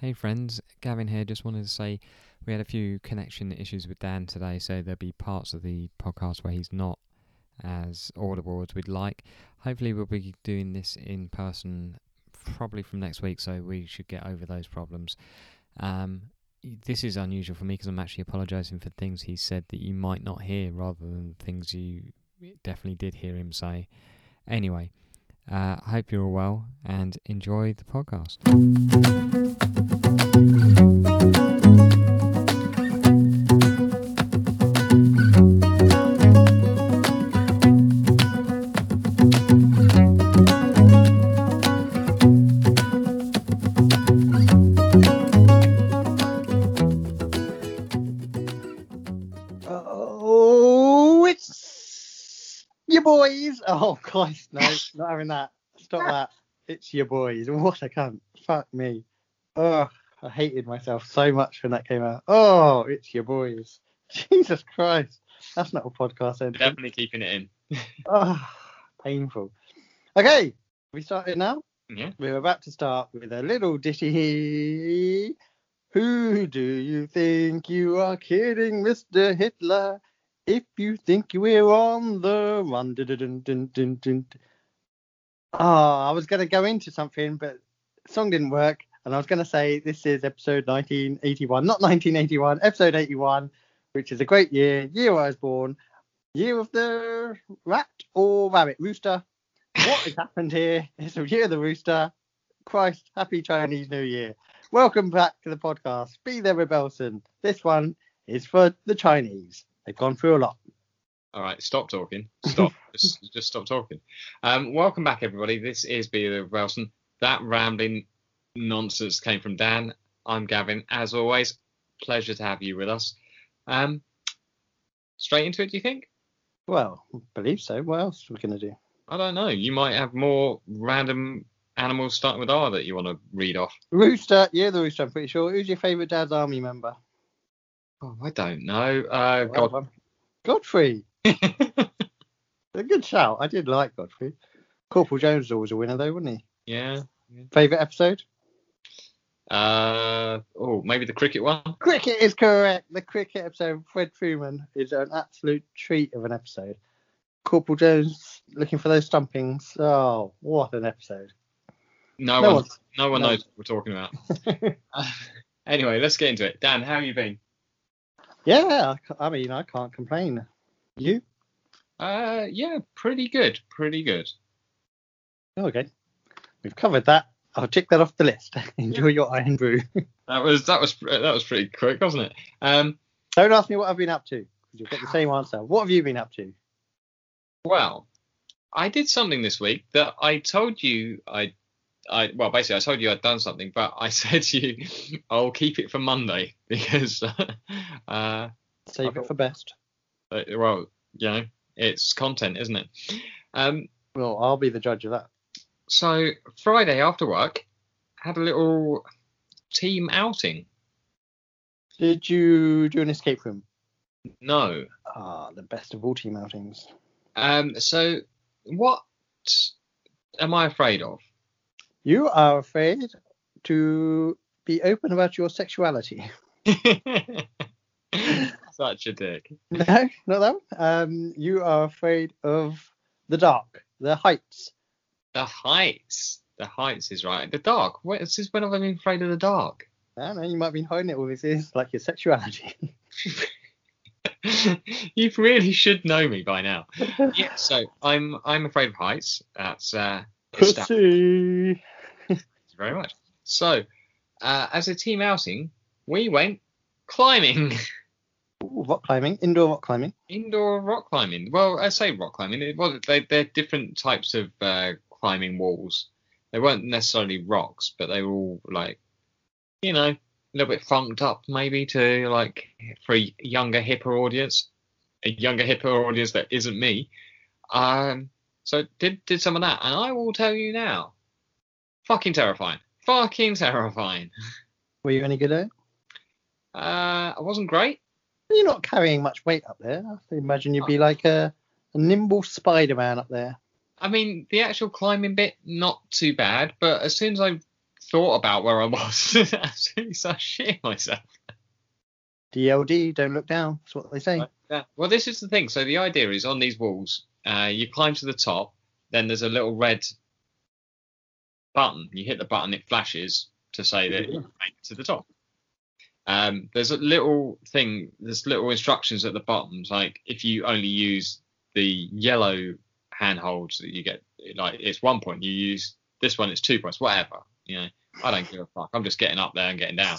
Hey friends, Gavin here. Just wanted to say we had a few connection issues with Dan today, so there'll be parts of the podcast where he's not as audible as we'd like. Hopefully, we'll be doing this in person probably from next week, so we should get over those problems. Um, y- this is unusual for me because I'm actually apologising for things he said that you might not hear rather than things you definitely did hear him say. Anyway, uh, hope you're all well and enjoy the podcast. Oh, it's your boys. Oh, Christ, no, not having that. Stop that. It's your boys. What a cunt. Fuck me. Oh, I hated myself so much when that came out. Oh, it's your boys. Jesus Christ. That's not a podcast ending. Definitely keeping it in. Oh, painful. Okay, we started now. Yeah. We're about to start with a little ditty. Who do you think you are kidding, Mr. Hitler? If you think you are on the run. Dun-dun-dun-dun-dun-dun. Ah, I was going to go into something, but song didn't work. And I was going to say this is episode 1981, not 1981, episode 81, which is a great year, year I was born, year of the rat or rabbit, rooster. What has happened here? It's the year of the rooster. Christ, happy Chinese New Year. Welcome back to the podcast. Be there, Rebelson. This one is for the Chinese. They've gone through a lot. All right, stop talking. Stop. just, just stop talking. Um, welcome back, everybody. This is Be the Wilson. That rambling nonsense came from Dan. I'm Gavin. As always, pleasure to have you with us. Um, straight into it, do you think? Well, believe so. What else are we going to do? I don't know. You might have more random animals starting with R that you want to read off. Rooster, you're the rooster, I'm pretty sure. Who's your favourite Dad's Army member? Oh, I don't know. Uh, Well God. done. Godfrey. yeah. A good shout. I did like Godfrey. Corporal Jones was always a winner, though, wasn't he? yeah. Favourite episode? Uh, oh, maybe the cricket one. Cricket is correct. The cricket episode, Fred Truman, is an absolute treat of an episode. Corporal Jones looking for those stumpings. Oh, what an episode. No, No one, one- no one no. knows what we're talking about. anyway, let's get into it. Dan, how you been? Yeah, I c- I mean, I can't complain. You? Uh, yeah, pretty good, pretty good. Oh, okay. We've covered that. I'll tick that off the list. Enjoy your iron brew. That was that was that was pretty quick, wasn't it? Um, Don't ask me what I've been up to. 'cause You'll get the same answer. What have you been up to? well, I did something this week that I told you I, I well, basically I told you I'd done something, but I said to you I'll keep it for Monday because, uh, Save it for best. well, you know, it's content, isn't it? Um, Well, I'll be the judge of that. So Friday after work, had a little team outing. Did you do an escape room? No. Ah, the best of all team outings. Um. So what am I afraid of? You are afraid to be open about your sexuality. Such a dick. No, not that one. Um, you are afraid of the dark, the heights. The heights. The heights is right. The dark. Where, this is when I've been afraid of the dark. I don't know, you might have been hiding it all these years, like your sexuality. you really should know me by now. Yeah. So I'm I'm afraid of heights. That's uh. established. Pussy. Thank you very much. So, uh, as a team outing, we went climbing, Ooh, rock climbing, indoor rock climbing. indoor rock climbing. Well, I say rock climbing. It, well, they, they're different types of uh, climbing walls. They weren't necessarily rocks, but they were all like, you know, a little bit funked up, maybe to like for a younger, hipper audience, a younger, hipper audience that isn't me. Um, so did did some of that, and I will tell you now, fucking terrifying, fucking terrifying. Were you any good at it? Uh, I wasn't great. You're not carrying much weight up there. I imagine you'd be like a, a nimble Spider Man up there. I mean, the actual climbing bit, not too bad. But as soon as I thought about where I was. Absolutely, so I shit myself. DLD, don't look down. That's what they say. Yeah. Well, this is the thing. So the idea is on these walls, uh, you climb to the top, then there's a little red button. You hit the button, it flashes to say that you made it to the top. Um, there's a little thing, there's little instructions at the bottom. Like if you only use the yellow handholds that you get, like it's one point. You use this one, it's two points. Whatever. You know, I don't give a fuck. I'm just getting up there and getting down.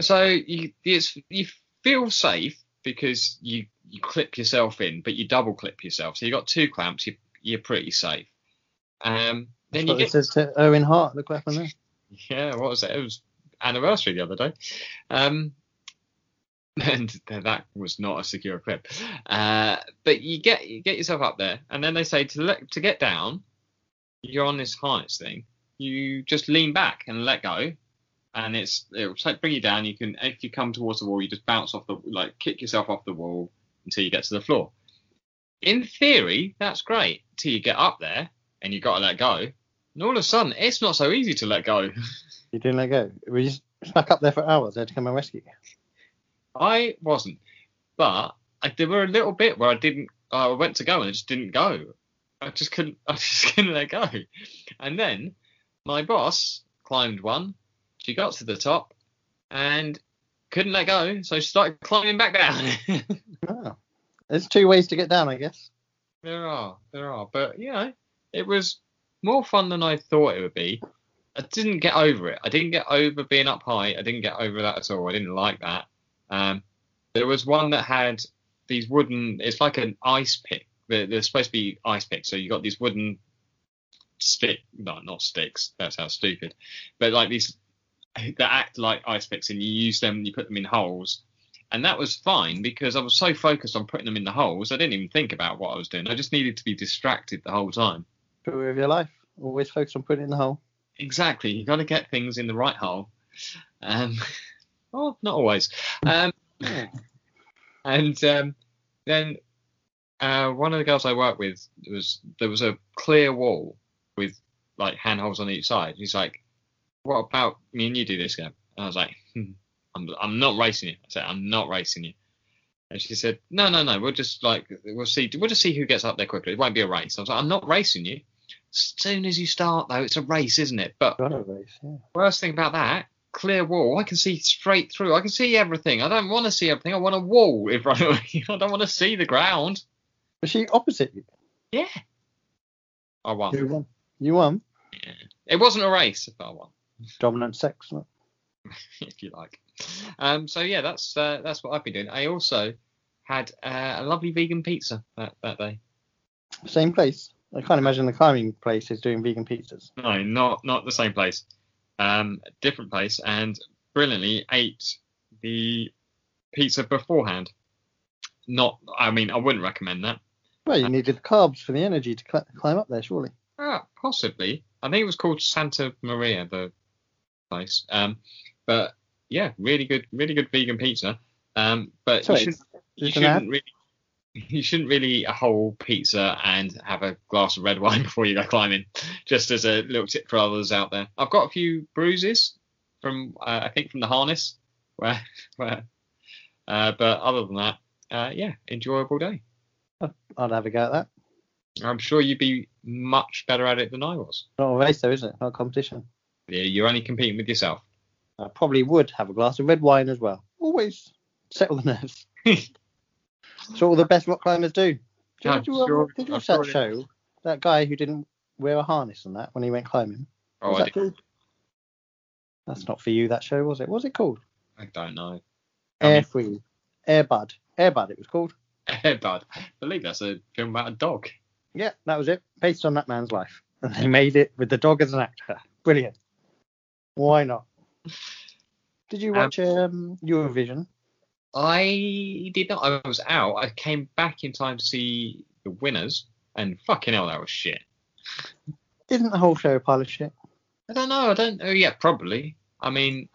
So you it's, you feel safe because you you clip yourself in, but you double clip yourself. So you got two clamps. You you're pretty safe. Um, That's then what you it get says to Owen Hart. Look what happened there. yeah, what was it? It was anniversary the other day. Um, and th- that was not a secure clip. Uh, but you get you get yourself up there, and then they say to let, to get down, you're on this harness thing. You just lean back and let go, and it's it'll t- bring you down. You can if you come towards the wall, you just bounce off the like kick yourself off the wall until you get to the floor. In theory, that's great till you get up there and you got to let go. And all of a sudden, it's not so easy to let go. You didn't let go. We just stuck up there for hours. They had to come and rescue you. I wasn't, but I, there were a little bit where I didn't. I went to go and I just didn't go. I just couldn't. I just couldn't let go. And then my boss climbed one. She got to the top and couldn't let go, so she started climbing back down. Oh. There's two ways to get down, I guess. there are, there are, but you know, it was more fun than I thought it would be. I didn't get over it. I didn't get over being up high. I didn't get over that at all. I didn't like that. Um, there was one that had these wooden. It's like an ice pick. They're, they're supposed to be ice picks. So you got these wooden stick. No, not sticks. That sounds stupid. But like these that act like ice picks, and you use them. You put them in holes. And that was fine because I was so focused on putting them in the holes, I didn't even think about what I was doing. I just needed to be distracted the whole time. Story of your life. Always focus on putting it in the hole. Exactly. You got to get things in the right hole. Um, well, not always. Um, and um, then uh, one of the girls I worked with was there was a clear wall with like handholds on each side. He's like, "What about me and you do this game?" And I was like, hmm, "I'm I'm not racing you." I said, "I'm not racing you." And she said, "No, no, no. We'll just like we'll see. We'll just see who gets up there quicker. It won't be a race." I was like, "I'm not racing you." Soon as you start though, it's a race, isn't it? But Got a race, yeah. Worst thing about that, clear wall. I can see straight through. I can see everything. I don't want to see everything. I want a wall in front of me. I don't want to see the ground. Was she opposite you? Yeah. I You won. won. You won. It wasn't a race, but I won, Dominant sex. wasn't if you like. Um, so yeah, that's uh, that's what I've been doing. I also had uh, a lovely vegan pizza that, that day. it? Same place. I can't imagine the climbing place is doing vegan pizzas. No, not not the same place. Um, different place, and brilliantly ate the pizza beforehand. Not, I mean, I wouldn't recommend that. Well, you needed the carbs for the energy to cl- climb up there, surely. Ah, possibly. I think it was called Santa Maria, the place. Um, but yeah, really good, really good vegan pizza. Um, but So you it's- shouldn't, you it's an ad? shouldn't really, you shouldn't really eat a whole pizza and have a glass of red wine before you go climbing. Just as a little tip for others out there, I've got a few bruises from, uh, I think, from the harness. Where, where, uh, but other than that, uh, yeah, enjoyable day. I'd have a go at that. I'm sure you'd be much better at it than I was. Not a race, though, is it? Not a competition. Yeah, You're only competing with yourself. I probably would have a glass of red wine as well. Always settle the nerves. it's all the best rock climbers do. Do you, I'm do you, sure- did you I'm watch that sure it- show? That guy who didn't wear a harness and that when he went climbing. Oh, Was I, that did, called- That's not for you. That show was it? What was it called? I don't know. I Air mean, Free, Air Bud, Air Bud. It was called. Airbud. I believe that's a film about a dog. Yeah, that was it. Based on that man's life, and they made it with the dog as an actor. Brilliant. Why not? Did you Um, watch um, Eurovision? I did not. I was out. I came back in time to see the winners, and fucking hell, that was shit. Isn't the whole show a pile of shit? I don't know. I don't. Oh, yeah, probably. I mean,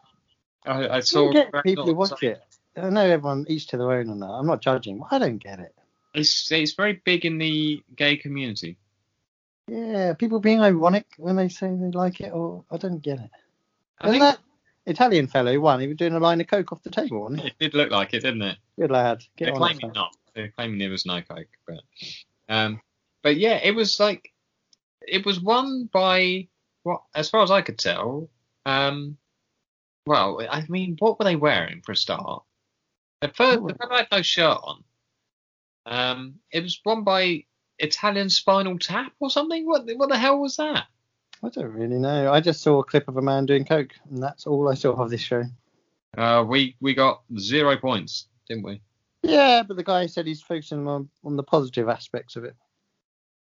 I, I So saw. get people who watch it. I know everyone each to their own and that. I'm not judging. but I don't get it. It's it's very big in the gay community. Yeah, people being ironic when they say they like it, or I don't get it. I Isn't think that Italian fellow who won? He was doing a line of coke off the table, wasn't he? it did look like it, didn't it? Good lad. Get They're on it, claiming son. not. They're claiming there was no coke, but um, but yeah, it was like it was won by what, as far as I could tell. Um, well, I mean, what were they wearing for a start? The first, the fella had no shirt on. Um, it was won by Italian Spinal Tap or something. What the- what the hell was that? I don't really know. I just saw a clip of a man doing coke, and that's all I saw of this show. Uh, we we got zero points, didn't we? Yeah, but the guy said he's focusing on, on the positive aspects of it.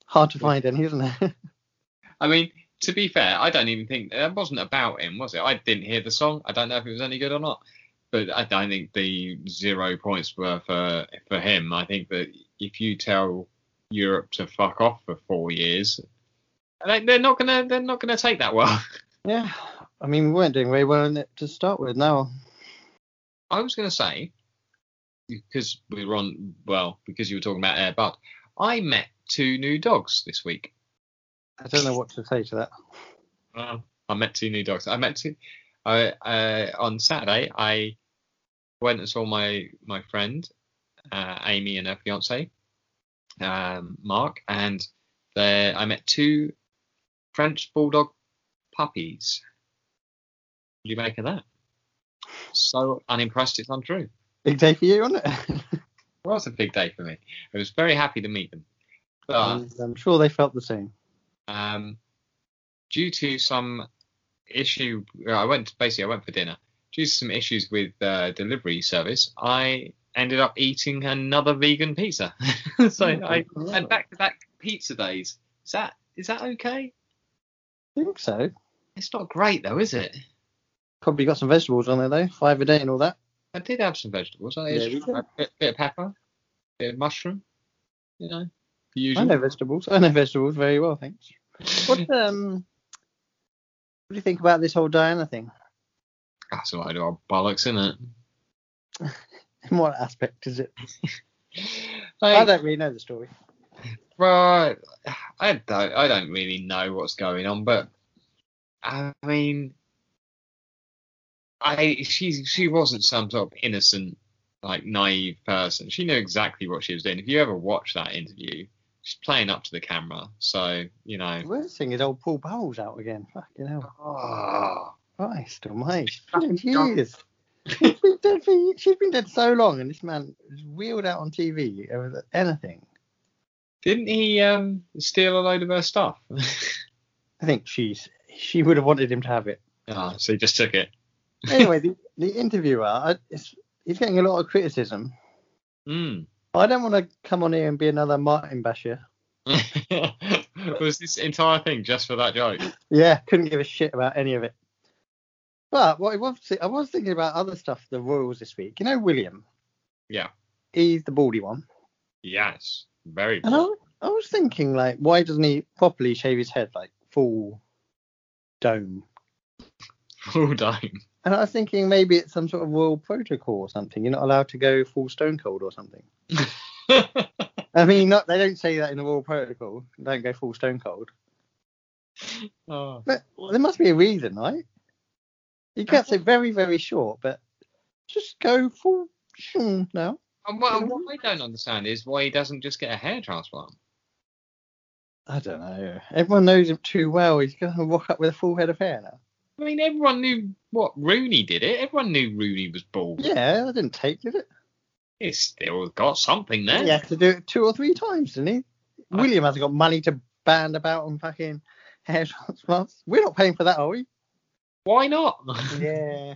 Hard to find any, isn't it? I mean, to be fair, I don't even think that wasn't about him, was it? I didn't hear the song. I don't know if it was any good or not. But I don't think the zero points were for for him. I think that if you tell Europe to fuck off for four years, they- they're not gonna they're not gonna take that well. yeah. I mean, we weren't doing very well in it to start with. Now, I was gonna say because we were on well because you were talking about Air Bud, I met two new dogs this week. I don't know what to say to that. Wow. I met two new dogs. I met two. I uh, on Saturday I went and saw my my friend uh, Amy and her fiance um, Mark, and there I met two French bulldog puppies. What do you make of that? So unimpressed, it's untrue. Big day for you, wasn't it? Well, it's a big day for me. I was very happy to meet them, but And I'm sure they felt the same. um, due to some issue, uh, I went basically I went for dinner. Due to some issues with uh, delivery service, I ended up eating another vegan pizza. so Oh, I had back to back pizza days. Is that is that okay? I think so. It's not great though, is it? Probably got some vegetables on there though, five a day and all that. I did have some vegetables. I Yeah, ate you did. a bit, bit of pepper, bit of mushroom. You know, the I know usual. vegetables. I know vegetables very well, thanks. What um, what do you think about this whole Diana thing? That's what I do. All bollocks, isn't it? In what aspect is it? I Like- don't really know the story. Right, I don't, I don't really know what's going on, but I mean, I she she wasn't some sort of innocent, like naive person. She knew exactly what she was doing. If you ever watch that interview, she's playing up to the camera, so you know. The worst thing is old Paul Bowles out again. Fucking hell. Oh, Christ almighty. Fucking Years. She's been dead for she's been dead so long and this man is wheeled out on TV over anything. didn't he um steal a load of her stuff? I think she's she would have wanted him to have it. Ah, so he just took it. Anyway, the, the interviewer, I, it's, he's getting a lot of criticism. Mm. I don't want to come on here and be another Martin basher. Was this entire thing just for that joke? Yeah, couldn't give a shit about any of it. But what I was, I was thinking about other stuff, the Royals this week. You know William? Yeah. He's the baldy one. Yes, very. And I, was- I was thinking, like, why doesn't he properly shave his head, like, full dome? Full time. And I was thinking maybe it's some sort of royal protocol or something. You're not allowed to go full stone cold or something. I mean, not, they don't say that in the royal protocol. Don't go full stone cold. oh. But there must be a reason, right? He cuts it very, very short, but just go full shun now. And what, and what I don't understand is why he doesn't just get a hair transplant. I don't know. Everyone knows him too well. He's going to rock up with a full head of hair now. I mean, everyone knew what Rooney did it. Everyone knew Rooney was bald. Yeah, that didn't take, did it? He's still got something there. He had to do it two or three times, didn't he? I- William hasn't got money to band about on fucking hair transplants. We're not paying for that, are we? Why not? Oh, Yeah.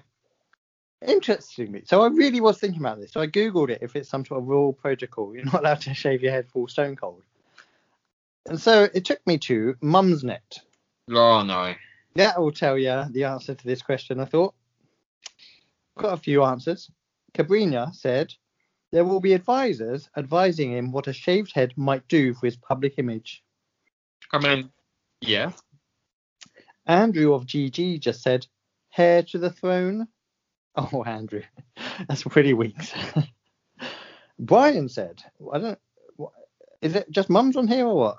Interestingly, so I really was thinking about this. So I googled it if it's some sort of rule protocol. You're not allowed to shave your head full stone cold. And so it took me to Mumsnet. oh no. That will tell you the answer to this question, I thought. Got a few answers. Cabrina said there will be advisors advising him what a shaved head might do for his public image. I mean, yeah. Andrew of GG just said, Hair to the throne. Oh, Andrew, that's pretty weak. sir. Brian said, I don't. wha- Is it just mums on here or what?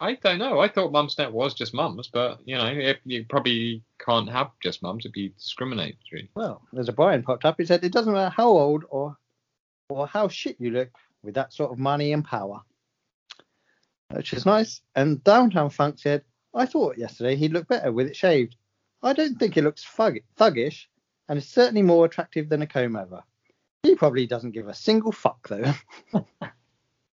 I don't know. I thought Mumsnet was just mums, but you know, if you probably can't have just mums if you discriminate. Really. Well, there's a Brian popped up. He said, "It doesn't matter how old or or how shit you look with that sort of money and power," which is nice. And Downtown Funk said, "I thought yesterday he'd look better with it shaved. I don't think he looks thug- thuggish, and is certainly more attractive than a comb over. He probably doesn't give a single fuck though."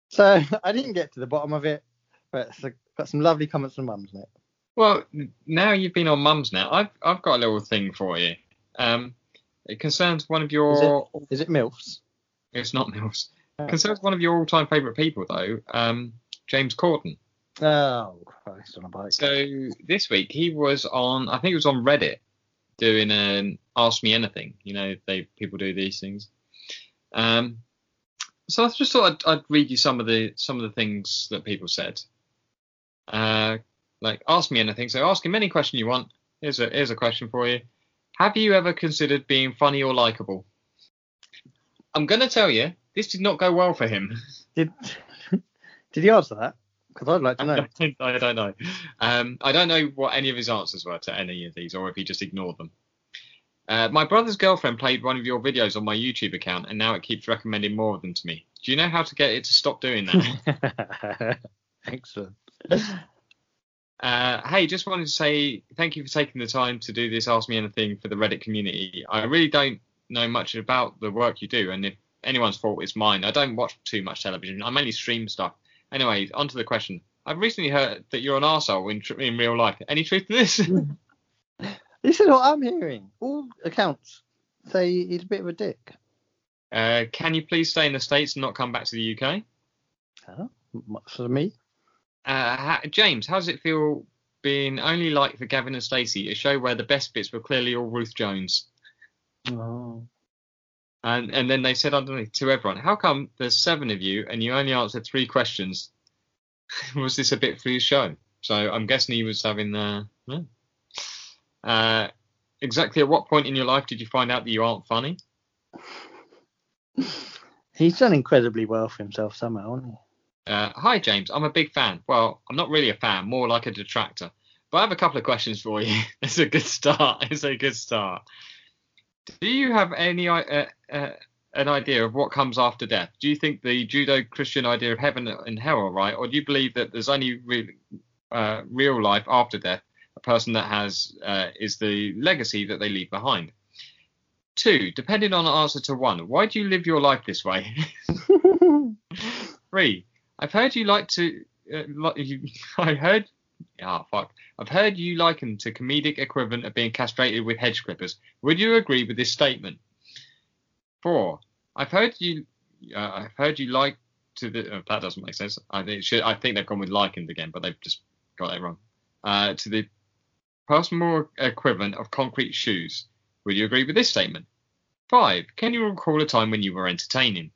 so I didn't get to the bottom of it, but it's got some lovely comments from mums on it. Well, n- now you've been on mums. Now I've I've got a little thing for you. Um, it concerns one of Is your. it, is it milfs? It's not Mills. Oh. Concerns one of your all-time favourite people though, um, James Corden. Oh Christ on a bike. So this week he was on, I think it was on Reddit, doing an Ask Me Anything. You know, they people do these things. Um, so I just thought I'd, I'd read you some of the some of the things that people said. Uh, like ask me anything. So ask him any question you want. Here's a here's a question for you. Have you ever considered being funny or likable? I'm gonna tell you, this did not go well for him. Did did he answer that? Because I'd like to know. I, don't know. Um, I don't know what any of his answers were to any of these, or if he just ignored them. Uh, my brother's girlfriend played one of your videos on my YouTube account, and now it keeps recommending more of them to me. Do you know how to get it to stop doing that? Excellent. uh, hey, just wanted to say thank you for taking the time to do this Ask Me Anything for the Reddit community. I really don't know much about the work you do, and if anyone's fault, it's mine. I don't watch too much television. I mainly stream stuff. Anyway, on to the question. I've recently heard that you're an arsehole in, tr- in real life. Any truth to this? This is what "Oh, I'm hearing. All accounts say he's a bit of a dick. Uh, can you please stay in the States and not come back to the UK? Huh? Much for me. Uh, ha- James, how does it feel being only like for Gavin and Stacey, a show where the best bits were clearly all Ruth Jones? Oh. And, and then they said underneath to everyone, how come there's seven of you and you only answered three questions? was this a bit for your show? So I'm guessing he was having uh, yeah. uh Exactly at what point in your life did you find out that you aren't funny? He's done incredibly well for himself somehow, hasn't he? Uh, hi, James. I'm a big fan. Well, I'm not really a fan, more like a detractor. But I have a couple of questions for you. it's a good start. It's a good start. Do you have any i- uh, uh, an idea of what comes after death? Do you think the Judo-Christian idea of heaven and hell are right, or do you believe that there's only real, uh, real life after death? A person that has uh, is the legacy that they leave behind. Two, depending on the answer to one, why do you live your life this way? Three, I've heard you like to. Uh, li- you, I heard. Ah, fuck. I've heard you liken to comedic equivalent of being castrated with hedge clippers. Would you agree with this statement? Four. I've heard you. Uh, I've heard you like to the. Uh, that doesn't make sense. I think it should, I think they've gone with likened again, but they've just got it wrong. Uh, to the personal equivalent of concrete shoes. Would you agree with this statement? Five. Can you recall a time when you were entertaining?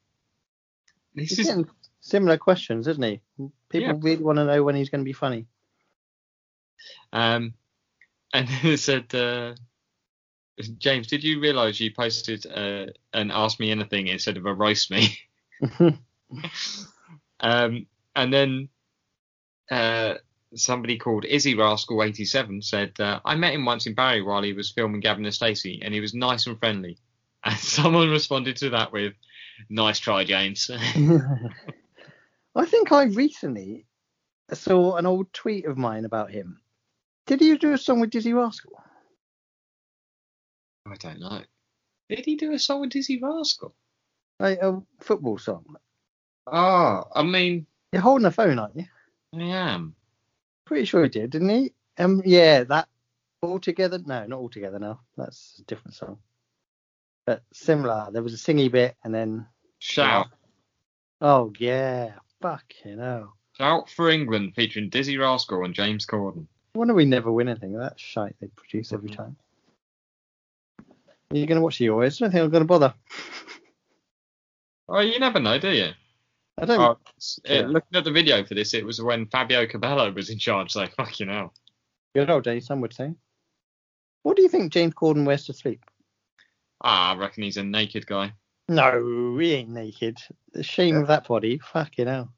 This He's is getting similar questions, isn't he? People Yeah. really want to know when he's going to be funny. Um, and it said, uh, James, did you realise you posted uh, an Ask Me Anything instead of a Roast Me? um, and then uh, somebody called Izzy Rascal87 said, uh, I met him once in Barry while he was filming Gavin and Stacey, and he was nice and friendly. And someone responded to that with, Nice try, James. I think I recently saw an old tweet of mine about him. Did he do a song with Dizzy Rascal? I don't know. Did he do a song with Izzy Rascal? Like a football song? Oh, I mean, You're holding a phone, aren't you? I am. Pretty sure he did, didn't he? Um, yeah, that all together. No, not all together. Now that's a different song, but similar. There was a singy bit, and then Shout. oh yeah, fucking hell. Shout for England featuring Dizzy Rascal and James Corden. I wonder we never win anything. That shite they produce every Mm-hmm. time. Are you gonna watch the Euros? I don't think I'm gonna bother. Oh, you never know, do you? I don't. Oh, it's- yeah. uh, looking at the video for this, it was when Fabio Cabello was in charge. So fucking hell. Good old days, some would say. What do you think James Corden wears to sleep? Ah, I reckon he's a naked guy. No, he ain't naked. The shame of that body. Fucking hell.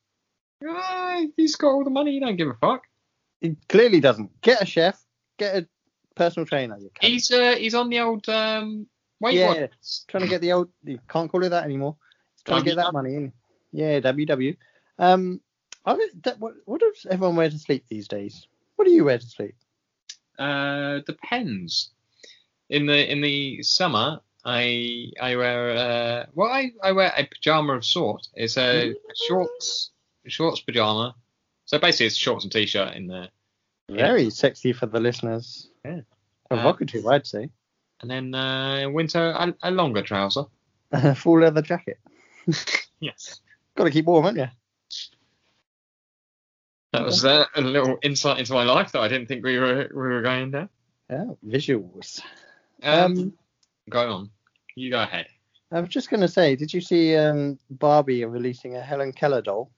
Ah, he's got all the money. He don't give a fuck. He clearly doesn't. Get a chef. Get a personal trainer. You cunt. He's uh, he's on the old um, Weight Yeah. Watchers. trying to get the old. You can't call it that anymore. He's trying to get that WW. money in. Yeah, WW. Um, I was, that, what, what does everyone wear to sleep these days? What do you wear to sleep? Uh, depends. In the in the summer, I I wear uh, well I, I wear a pajama of sort. It's a shorts shorts pajama. So basically, it's shorts and t-shirt in there. Very sexy for the listeners. Yeah. Uh, Provocative, I'd say. And then uh, in winter, a, a longer trouser. Full leather jacket. Yes. Got to keep warm, haven't you? That was uh, a little insight into my life that I didn't think we were we were going down. Yeah, visuals. Um, Um, go on. You go ahead. I was just going to say, did you see um, Barbie releasing a Helen Keller doll?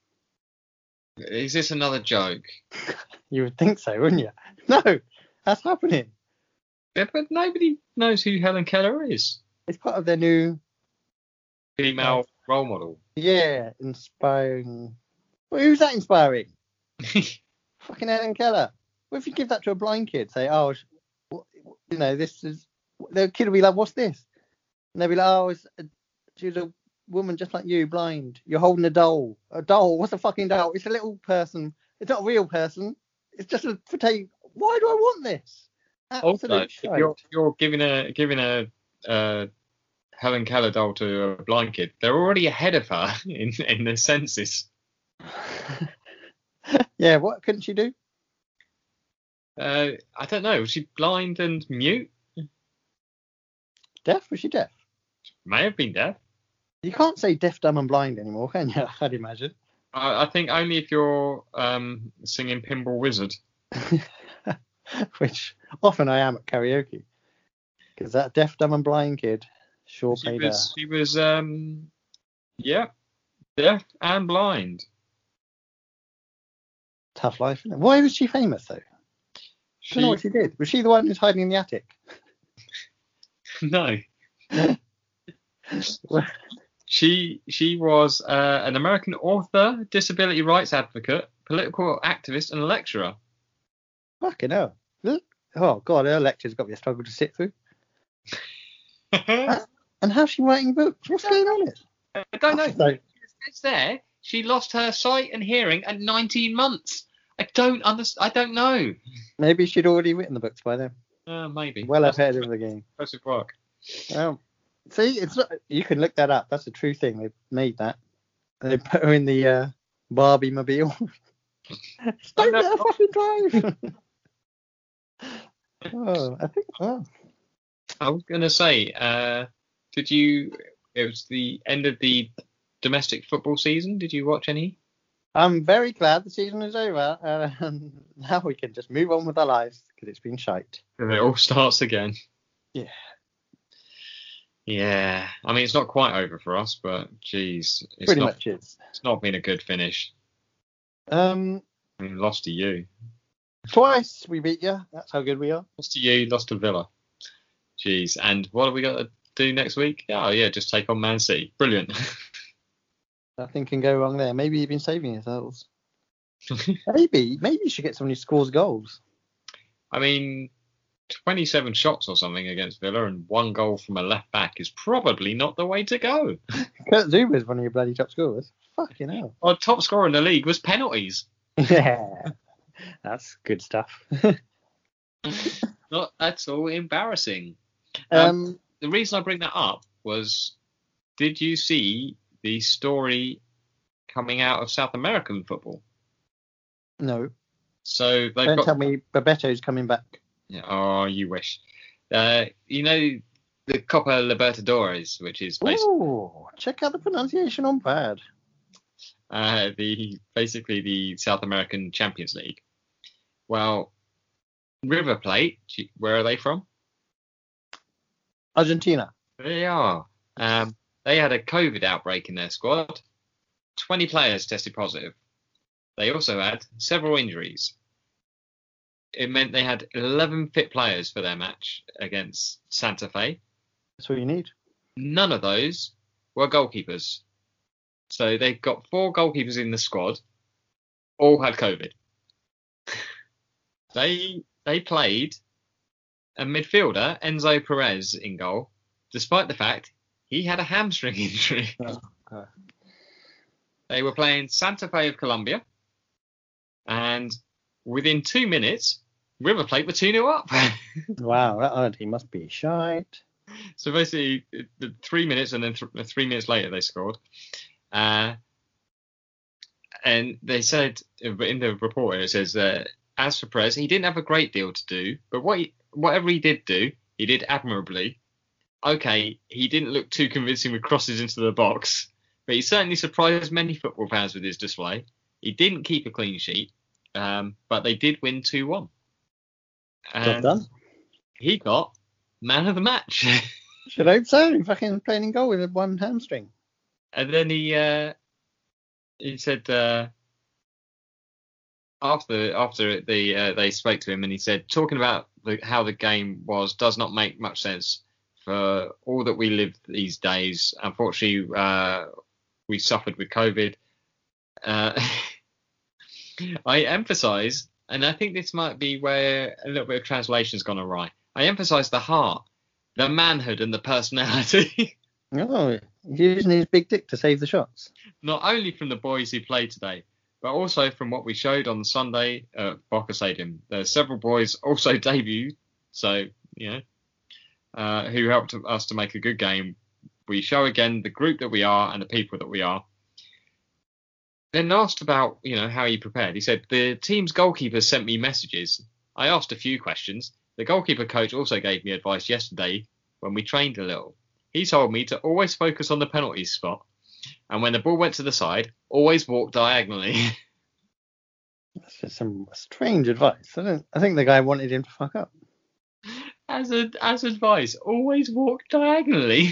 Is this another joke? You would think so, wouldn't you? No, that's happening. Yeah, but nobody knows who Helen Keller is. It's part of their new, Female role model. yeah, inspiring. Well, who's that inspiring? Fucking Helen Keller. What if you give that to a blind kid? Say, oh, sh- wh- you know, this is. The kid will be like, what's this? And they'll be like, oh, it's a, she's a woman just like you, blind. You're holding a doll. A doll? What's a fucking doll? It's a little person. It's not a real person. It's just a pretend. Why do I want this? also, Absolute if shite. you're, if you're giving a giving a uh, Helen Keller doll to a blind kid, they're already ahead of her in in the census. yeah, what couldn't she do? Uh, I don't know. Was she blind and mute? Deaf? Was she deaf? May have been deaf. You can't say deaf, dumb, and blind anymore, can you? I'd imagine. I, I think only if you're um, singing Pinball Wizard. Which often I am at karaoke. Because that deaf, dumb, and blind kid sure She played was, she was, um, yeah, deaf and blind. a tough life. Isn't it? Why was she famous, though? I She, don't know what she did. Was she the one who's hiding in the attic? no, she she was uh, an American author, disability rights advocate, political activist, and lecturer. Fucking hell. Look- Oh, God, her lecture's got to be a struggle to sit through. I And how's she writing books? What's going on here? don't know. It's there. She lost her sight and hearing at 19 months. I don't understand. I don't know. Maybe she'd already written the books by then. Uh, maybe. Well That's ahead of the game. impressive work. Well, see, it's not, you can look that up. That's a true thing. They made that. They put her in the uh, Barbie mobile. Don't let her fucking drive. oh, I think. Oh, I was gonna say, uh, did you? It was the end of the domestic football season. Did you watch any? I'm very glad the season is over, uh, and now we can just move on with our lives because it's been shite. And it all starts again. Yeah. Yeah. I mean, it's not quite over for us, but geez, it's Pretty not. much is. It's not been a good finish. Um, I mean, lost to you. twice we beat you. That's how good we are. Lost to you. Lost to Villa. Jeez. And what have we got to do next week? Oh yeah, just take on Man City. Brilliant. Nothing can go wrong there. Maybe you've been saving yourselves. Maybe, maybe you should get someone who scores goals. I mean, 27 shots or something against Villa and one goal from a left back is probably not the way to go. Kurt Zuma's one of your bloody top scorers. Fucking hell. Our top scorer in the league was penalties. Yeah, that's good stuff. Not at all embarrassing. um, The reason I bring that up was, did you see the story coming out of South American football? no, So they've don't got tell me Babetto's coming back. Yeah, Oh, you wish. Uh, you know the Copa Libertadores, which is basically Ooh, check out the pronunciation on pad. uh, the basically the South American Champions League. Well, River Plate, gee, where are they from? Argentina. They are. Um, they had a COVID outbreak in their squad. Twenty players tested positive. They also had several injuries. It meant they had 11 fit players for their match against Santa Fe. That's all you need. none of those were goalkeepers. So they've got four goalkeepers in the squad, all had COVID. They they played a midfielder, Enzo Perez, in goal, despite the fact he had a hamstring injury. Oh, God. They were playing Santa Fe of Colombia, and within two minutes, River Plate were 2 0 up. Wow, that odd. He must be shite. so basically, it- the three minutes and then th- three minutes later, they scored. Uh, and they said, but in the report, it says, uh, as for Perez, he didn't have a great deal to do, but what he, whatever he did do, he did admirably. Okay, he didn't look too convincing with crosses into the box, but he certainly surprised many football fans with his display. He didn't keep a clean sheet, um, but they did win 2 1. Job done. he got man of the match. Should hope so. He fucking playing in goal with one hamstring. And then he uh, he said uh, after after the uh, they spoke to him and he said talking about the, how the game was does not make much sense for all that we live these days. Unfortunately, uh, we suffered with COVID. Uh, I emphasise, and I think this might be where a little bit of translation's gone awry. I emphasise the heart, the manhood, and the personality. Oh, he's using his big dick to save the shots. not only from the boys who played today, but also from what we showed on Sunday at Boca Stadium. There are several boys also debuted, so you know, uh, who helped us to make a good game. We show again the group that we are and the people that we are. Then asked about you know how he prepared, he said the team's goalkeeper sent me messages. I asked a few questions. The goalkeeper coach also gave me advice yesterday when we trained a little. He told me to always focus on the penalty spot and when the ball went to the side, always walk diagonally. That's just some strange advice. I, don't, I think the guy wanted him to fuck up. as a, as advice, always walk diagonally. I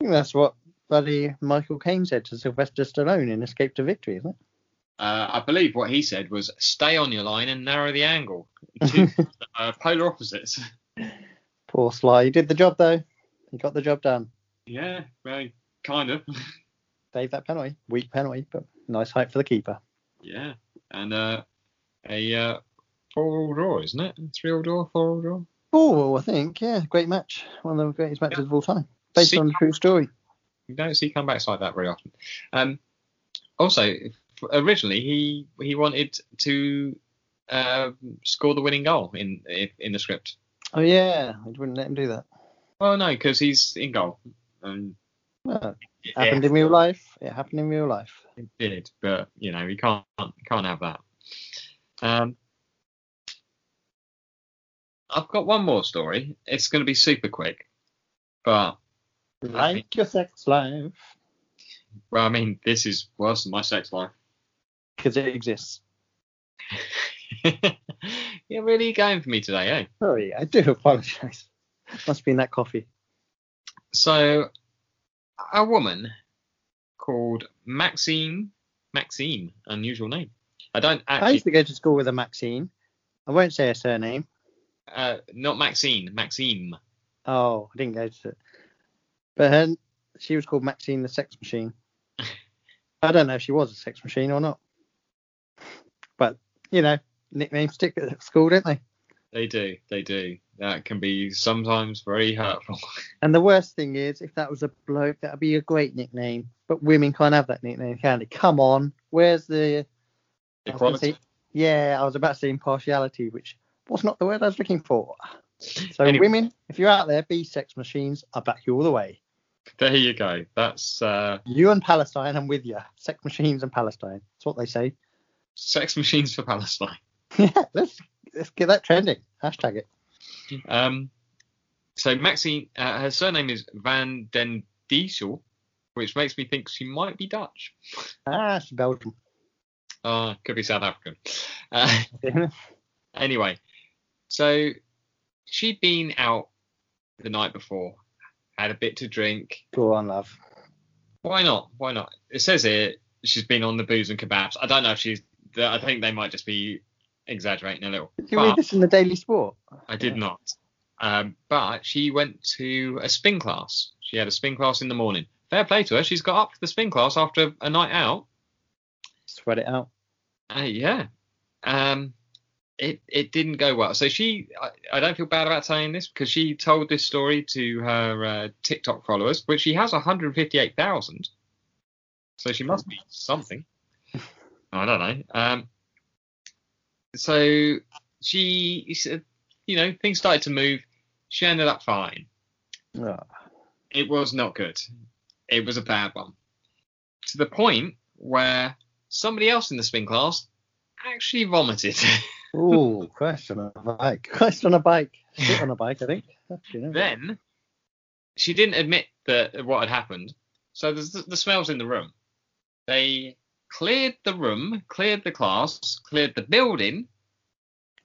think that's what bloody Michael Caine said to Sylvester Stallone in Escape to Victory, isn't Uh, I believe what he said was stay on your line and narrow the angle. Two it? uh, polar opposites. Poor Sly. He did the job, though. He got the job done. Yeah, well, kind of. Saved that penalty. Weak penalty, but nice height for the keeper. Yeah, and uh, a uh, four-all draw, isn't it? Three-all draw, four-all draw. Oh, I think, yeah, great match. One of the greatest matches of all time. Based See- on a true story. You don't see comebacks like that very often. Um, also, f- originally he he wanted to uh, score the winning goal in in the script. Oh, yeah. I wouldn't let him do that. Well, no, because he's in goal. Um, And Well, it it happened in real life. It happened in real life. it did, but you know, you can't can't have that. Um, I've got one more story. It's going to be super quick, but Like your sex life. well, I mean, this is worse than my sex life. Because it exists. You're really going for me today, eh? Sorry, I do apologise. Must have been that coffee. So, a woman called Maxine. Maxine, unusual name. I don't I actually. used to go to school with a Maxine. I won't say her surname. Uh, not Maxine. Maxime. Oh, I didn't go to it. But her, she was called Maxine the Sex Machine. I don't know if she was a sex machine or not. But, you know, nicknames stick at school, don't they? They do, they do. That can be sometimes very hurtful. And the worst thing is, if that was a bloke, that'd be a great nickname. But women can't have that nickname, can they? Come on, where's the? I was gonna Equality. say- yeah, I was about to say impartiality, which was not the word I was looking for. So Anyway. women, if you're out there, be sex machines. I back you all the way. There you go. That's uh, You and Palestine, I'm with you. Sex machines and Palestine. That's what they say. sex machines for Palestine. yeah, let's let's get that trending. Hashtag it. Um, so Maxine, uh, her surname is Van den Diesel, which makes me think she might be Dutch. Ah, it's Belgium. Uh, could be South African. Uh, anyway, so she'd been out the night before, had a bit to drink, Go on, love. Why not? Why not? It says here she's been on the booze and kebabs. I don't know if she's. I think they might just be exaggerating a little. Did you read But this in the Daily Sport? I did not. Um, but she went to a spin class. She had a spin class in the morning. Fair play to her. She's got up for the spin class after a night out. Sweat it out. Uh, yeah. Um, it it didn't go well. So she, I, I don't feel bad about saying this because she told this story to her uh, TikTok followers, but she has 158,000. So she must be something. I don't know. Um, so she said, you know, things started to move. She ended up fine. Ah, It was not good. It was a bad one. To the point where somebody else in the spin class actually vomited. Ooh, crash on a bike. Crash on a bike. Shit on a bike, I think. You know. then she didn't admit that what had happened. So the, the smells in the room. They cleared the room, cleared the class, cleared the building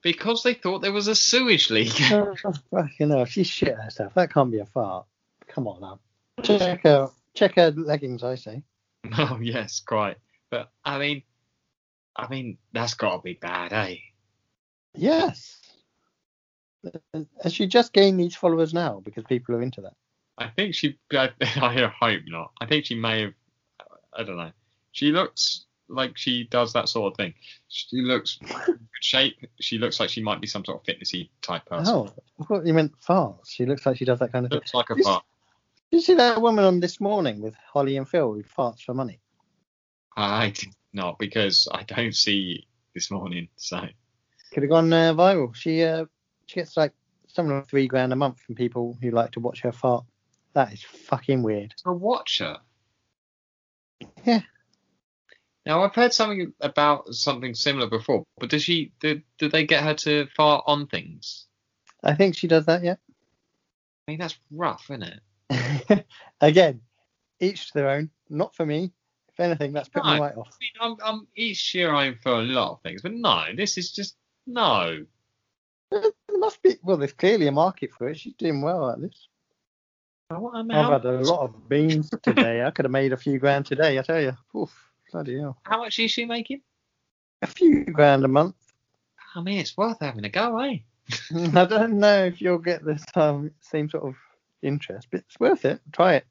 because they thought there was a sewage leak. Oh, fucking hell, she shit herself. That can't be a fart. Come on now. Check her, check her leggings, I say. oh yes, quite. But I mean, I mean that's got to be bad, eh? Yes. Has she just gained these followers now because people are into that? I think she. I, I hope not. I think she may have. I don't know. She looks like she does that sort of thing. She looks in good shape. She looks like she might be some sort of fitnessy type person. Oh, I thought you meant farts. She looks like she does that kind of thing. Looks like a This- fart. Did you see that woman on this morning with Holly and Phil who farts for money? I did not because I don't see this morning. So Could have gone uh, viral. She uh, she gets like something like three grand a month from people who like to watch her fart. That is fucking weird. to watch her. Yeah. Now I've heard something about something similar before, but does she? Did, did they get her to fart on things? I think she does that, yeah. I mean that's rough, isn't it? Again, each to their own. Not for me. If anything, that's put me No. right off. I mean, I'm, I'm each year I'm for a lot of things, but no, this is just no. There must be. Well, there's clearly a market for it. She's doing well at this. I want to know I've how, had a lot of beans today. I could have made a few grand today. I tell you. Oof, bloody hell. how much is she making? A few grand a month. I mean, it's worth having a go, eh? I don't know if you'll get the um, same sort of interest, but it's worth it. Try it.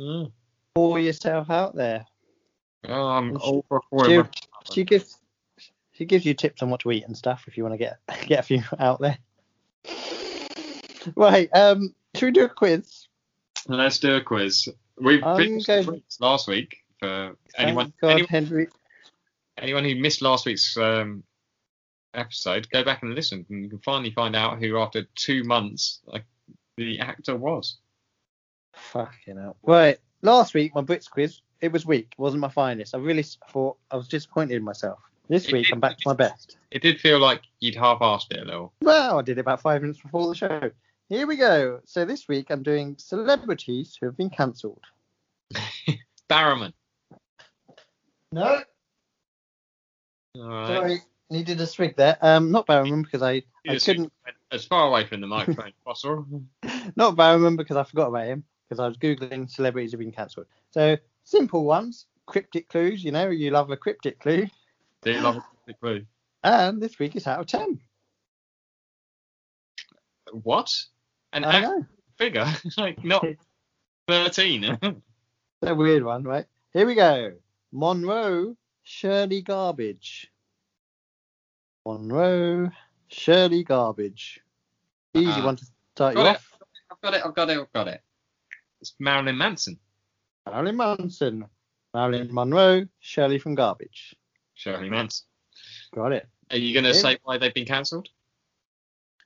Mm. Pour yourself out there. Oh, I'm She- all for it. She, she gives she gives you tips on what to eat and stuff if you want to get get a few out there. Right. Um. Should we do a quiz? Let's do a quiz. We've I'm finished going- the quiz last week for anyone, Thank God, anyone Henry. anyone who missed last week's um, episode. Go back and listen, and you can finally find out who, after two months, like, the actor was. Fucking hell. Right. Last week, my Brits quiz, it was weak. It wasn't my finest. I really s- thought I was disappointed in myself. This It week, did- I'm back to my best. It did feel like you'd half-assed it a little. Well, I did it about five minutes before the show. Here we go. So this week, I'm doing celebrities who have been cancelled. Barrowman. No, All right. sorry. Needed a swig there. Um, not Barrowman because I, You I just couldn't. went as far away from the microphone as possible. Not Barrowman because I forgot about him because I was googling celebrities who've been cancelled. So simple ones, cryptic clues. You know, you love a cryptic clue. Do you love a cryptic clue? And this week it's out of ten. What? An I actual know. figure, like not thirteen. It's a weird one, right? Here we go. Monroe, Shirley Garbage. Monroe, Shirley Garbage. Easy Ah. one to start you Got it. off. I've got it. I've got it. I've got it. It's Marilyn Manson. Marilyn Manson. Marilyn Monroe, Shirley from Garbage. Shirley Manson. Got it. Are you going to Really? say why they've been cancelled?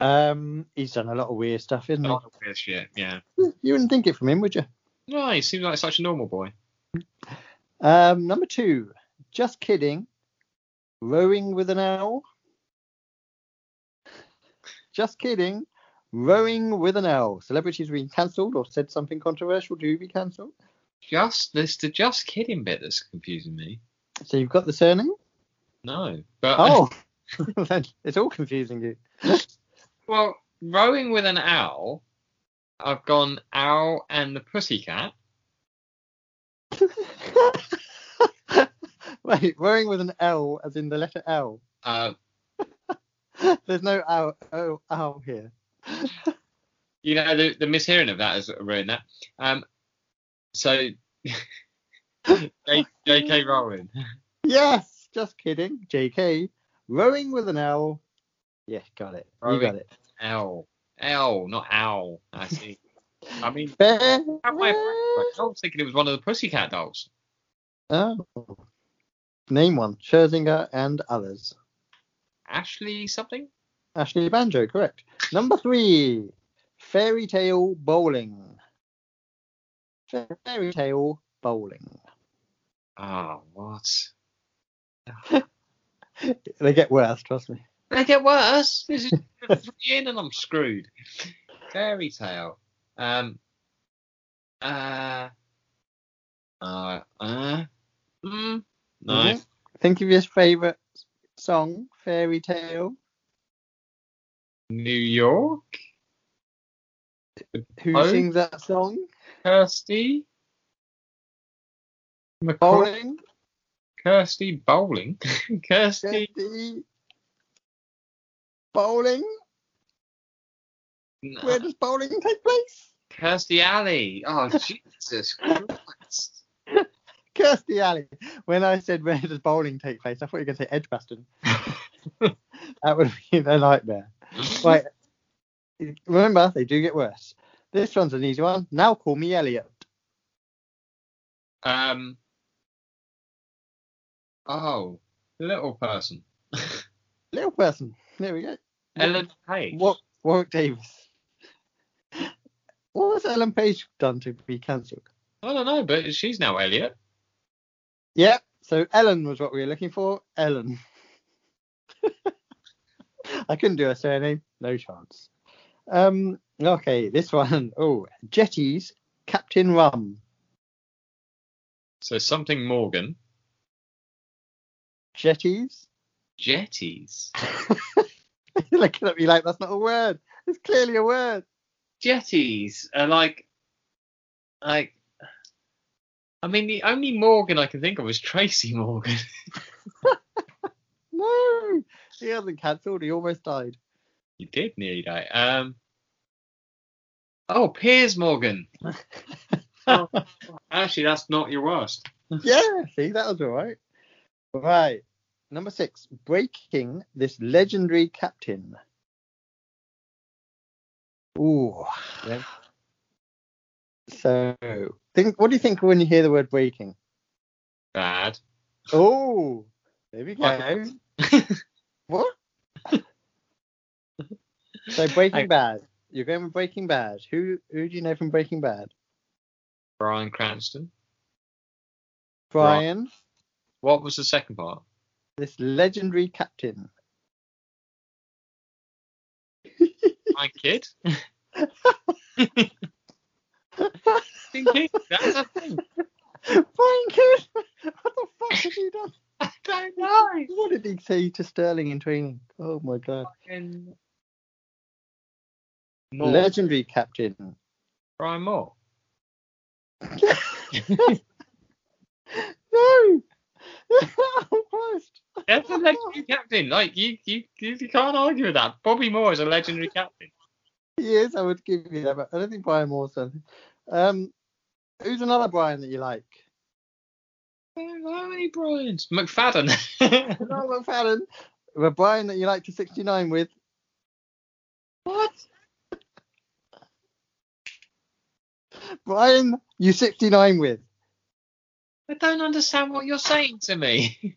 Um, he's done a lot of weird stuff, isn't Oh, weird shit. Yeah. he? You wouldn't think it from him, would you? No, he seems like such a normal boy. Um, number two, just kidding. Rowing with an L. Just kidding. Rowing with an L. Celebrities being cancelled or said something controversial to be cancelled. Just this, the just kidding bit that's confusing me. So you've got the surname. No, but Oh, Then it's all confusing you. well, rowing with an owl. I've gone owl and the pussycat. Wait, rowing with an L, as in the letter L. Uh, There's no owl, oh, owl here. you know the, the mishearing of that has ruined that. Um, so J- J.K. Rowling. Yes, just kidding. J.K. Rowing with an L, Yeah, got it. You Right. got it. L. L, not owl. I see. I mean, Fair. how am I, right, I was thinking it was one of the pussycat dolls. Oh. Name one. Scherzinger and others. Ashley something? Ashley Banjo, correct. Number three, fairy tale bowling. Fairy tale bowling. Oh, what? They get worse, trust me. They get worse. This is three in and I'm screwed. Fairy tale. Um. Uh. Uh. Uh. Mm, no. Mhm. Think of your favorite song, fairy tale. New York. Who Oh. sings that song? Kirsty. McCoy- Bowling. Kirsty Bowling. Kirsty. Kirsty. Bowling. Where does bowling take place? Kirsty Alley. Oh Jesus Christ. Kirsty Alley. When I said where does bowling take place, I thought you were going to say Edgbaston. That would be a nightmare. Right. Remember, they do get worse. This one's an easy one. Now call me Elliot. Um. Oh, little person. Little person. There we go. Ellen Page. What Warwick Davis. What was Ellen Page done to be cancelled? I don't know, but she's now Elliot. Yep. So Ellen was what we were looking for. Ellen. I couldn't do her surname. No chance. Um. Okay. This one. Oh, Jetties. Captain Rum. So something Morgan. Jetties. Jetties. You're looking at me like that's not a word. It's clearly a word. Jetties are like, like. I mean, the only Morgan I can think of is Tracy Morgan. No, he hasn't cancelled. He almost died. you did nearly die. Um. Oh, Piers Morgan. Oh, actually, that's not your worst. yeah, see, that was all right. Right. Number six, breaking this legendary captain. Ooh. Yeah. So, think. What do you think when you hear the word breaking? Bad. Oh, there we go. Michael What? so Breaking Hey. Bad. You're going with Breaking Bad. Who who do you know from Breaking Bad? Brian Cranston. Brian, What was the second part? this legendary captain. My kid. Thinking that's a thing. Brian Kidd! What the fuck have you done? I don't know. What did he say to Sterling in training? Oh my god. Fucking Moore. Legendary captain. Brian Moore. No! Almost. That's a legendary captain. Like you, you, you you can't argue with that. Bobby Moore is a legendary captain. Yes, I would give you that, but I don't think Brian Moore's done. Um, who's another Brian that you like? I don't know How many Brian's? McFadden. Not McFadden. The Brian that you like to 69 with. what? Brian, you 69 with. I don't understand what you're saying to me.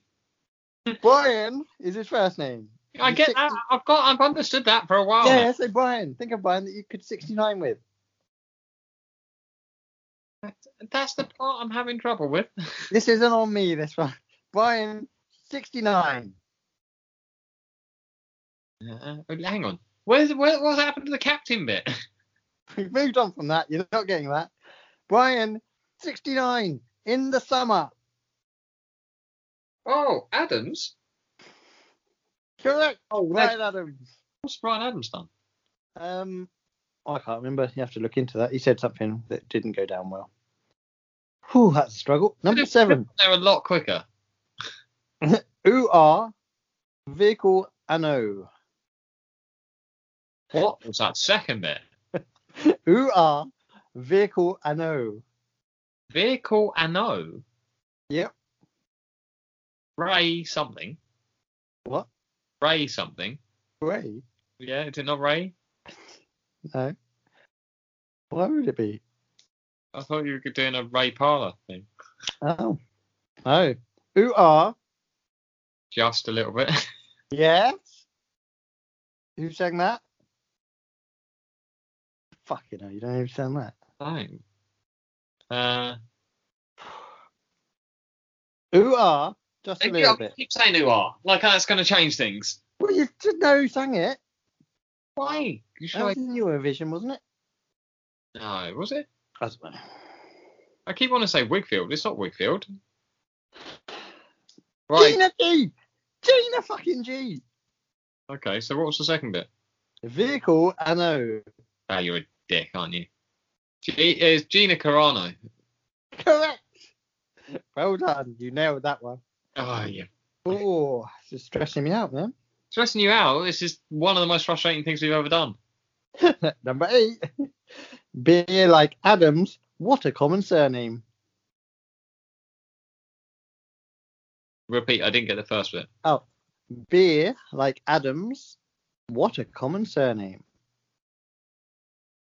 Brian is his first name. I You get 60 that. I've got. I've understood that for a while. Yeah, now. so Brian. Think of Brian that you could 69 with. That's the part I'm having trouble with. This isn't on me, this one. Brian, 69. Uh, hang on. Where's where, what's happened to the captain bit? We've moved on from that. You're not getting that. Brian, 69 in the summer. Oh, Adams. Correct. Oh, Right, Adam. what's Brian Adams done? Um, I can't remember. You have to look into that. He said something that didn't go down well. Whew, that's a struggle. Number seven. They're a lot quicker. Ooh ah, vehicle ano. What was that second bit? Ooh ah, vehicle ano. Vehicle Ano. Yep. Ray something. What? Ray something. Ray? Yeah, is it not Ray? No. Why would it be? I thought you were doing a Ray Parler thing. Oh. No. Ooh ah. Just a little bit. Yes. Who sang that? Fucking hell, you don't even sang that. Fine. Uh, Ooh ah. Just a I little bit. keep saying who are. Like, that's going to change things. Well, you didn't know who sang it. Why? You That sure? was in Eurovision, wasn't it? No, was it? I don't know. I keep wanting to say Wigfield. It's not Wigfield. Right. Gina G! Gina fucking G! Okay, so what was the second bit? Vehicle Anno. Oh, you're a dick, aren't you? G- is Gina Carano. Correct. Well done. You nailed that one. Oh, yeah. Oh, it's just stressing me out, man. Stressing you out. This is one of the most frustrating things we've ever done. Number eight. Beer like Adams. What a common surname. Repeat, I didn't get the first bit. Oh, Beer like Adams. What a common surname.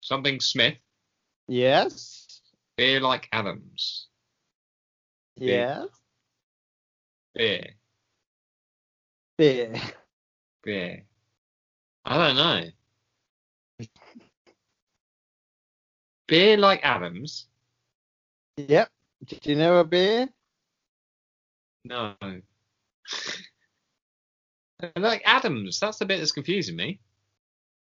Something Smith. Yes. Beer like Adams. Yes. Beer. Beer. Beer. I don't know. Beer like Adams? Yep. Did you know a beer? No. like Adams, that's the bit that's confusing me.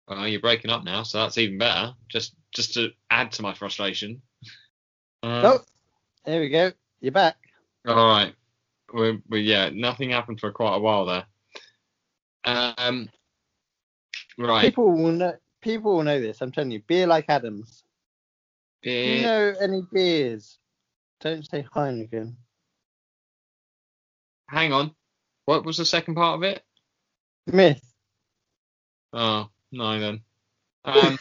Well, you're breaking up now, so that's even better. Just just to add to my frustration. Uh, Oh, there we go. You're back. All right. We, we, yeah, nothing happened for quite a while there. Um, right. People will know. People will know this. I'm telling you. Beer like Adams. Do Beer. you know any beers? Don't say Heineken. Hang on. What was the second part of it? Smith. Oh, no then. Um,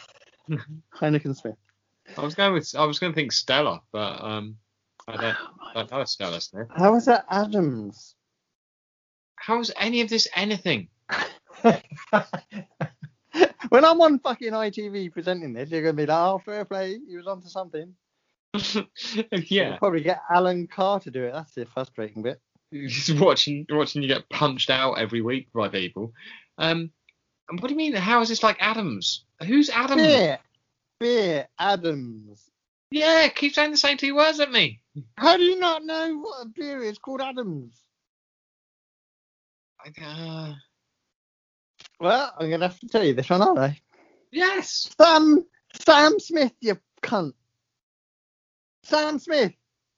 Heineken Smith. I was going with I was going to think Stella, but um, I don't, I How don't know Stella Smith. is that Adams? How is any of this anything? when I'm on fucking ITV presenting this, you're gonna be like, "Oh, fair play, he was onto something." yeah, You'll probably get Alan Carr to do it. That's the frustrating bit. just watching watching you get punched out every week by people. Um, and what do you mean? How is this like Adams? Who's Adams? Beer, beer, Adams. Yeah, keep saying the same two words at me. How do you not know what a beer is called Adams? Like, Uh, Well, I'm gonna have to tell you this one, aren't I? yes. Sam, Sam Smith, you cunt. Sam Smith.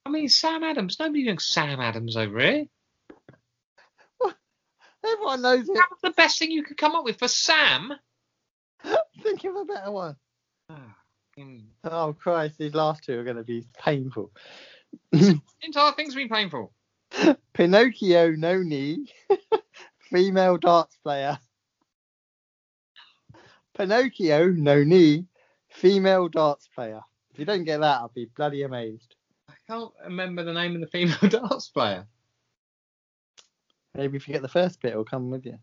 I mean Sam Adams. Nobody knows Sam Adams over here. Everyone knows it. That was the best thing you could come up with for Sam. Think of a better one. Mm. Oh Christ, these last two are going to be painful. Entire thing's been painful. Pinocchio Noni, female darts player. Pinocchio Noni, female darts player. If you don't get that, I'll be bloody amazed. I can't remember the name of the female darts player. Maybe if you get the first bit, it'll come with you.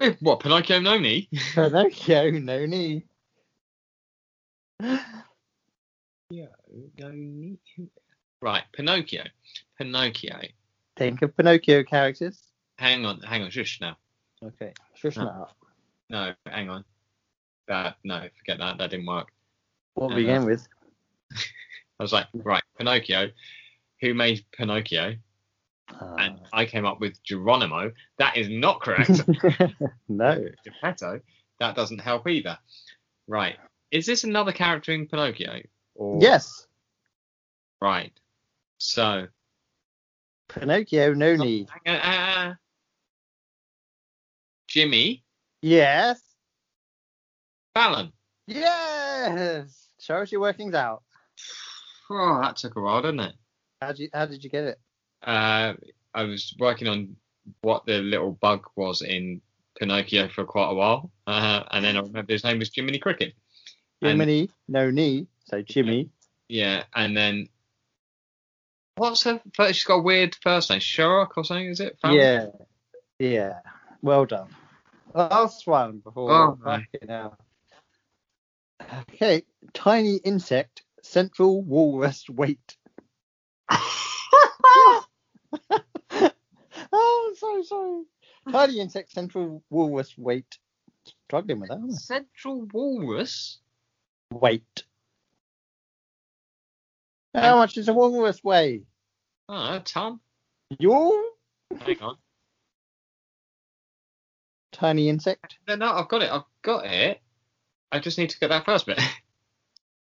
Eh, What Pinocchio Noni? Pinocchio Noni. Noni. Right, Pinocchio. Pinocchio. Think of Pinocchio characters. Hang on, hang on, shush now. Okay, shush No. that up. No, hang on. That no, forget that. That didn't work. What No, we begin with? I was like, right, Pinocchio. Who made Pinocchio? And I came up with Geronimo. That is not correct. Ah. no. Geppetto. That doesn't help either. Right. Is this another character in Pinocchio? Or... Yes, Right. So. Pinocchio Noni. hang on, ah, ah. Jimmy Yes. Fallon. Yes. Charity workings out. Oh, that took a while, didn't it? How did you, how did you get it? Uh, I was working on what the little bug was in Pinocchio for quite a while, uh, and then I remembered his name was Jiminy Cricket. And- Jiminy, no knee. So Jimmy. Yeah, and then what's her? First, she's got a weird first name, Sherlock or something, is it? Fallon? Yeah. Yeah. Well done. last one before Oh, my. fucking hell. Okay, tiny insect, central walrus weight. Ah! oh, I'm so sorry. Tiny insect, central walrus weight. Struggling with that. aren't Central walrus. I? Weight. How much does a walrus weigh? Ah, Tom. Your Hang on. tiny insect. No, no, I've got it. I've got it. I just need to get that first bit.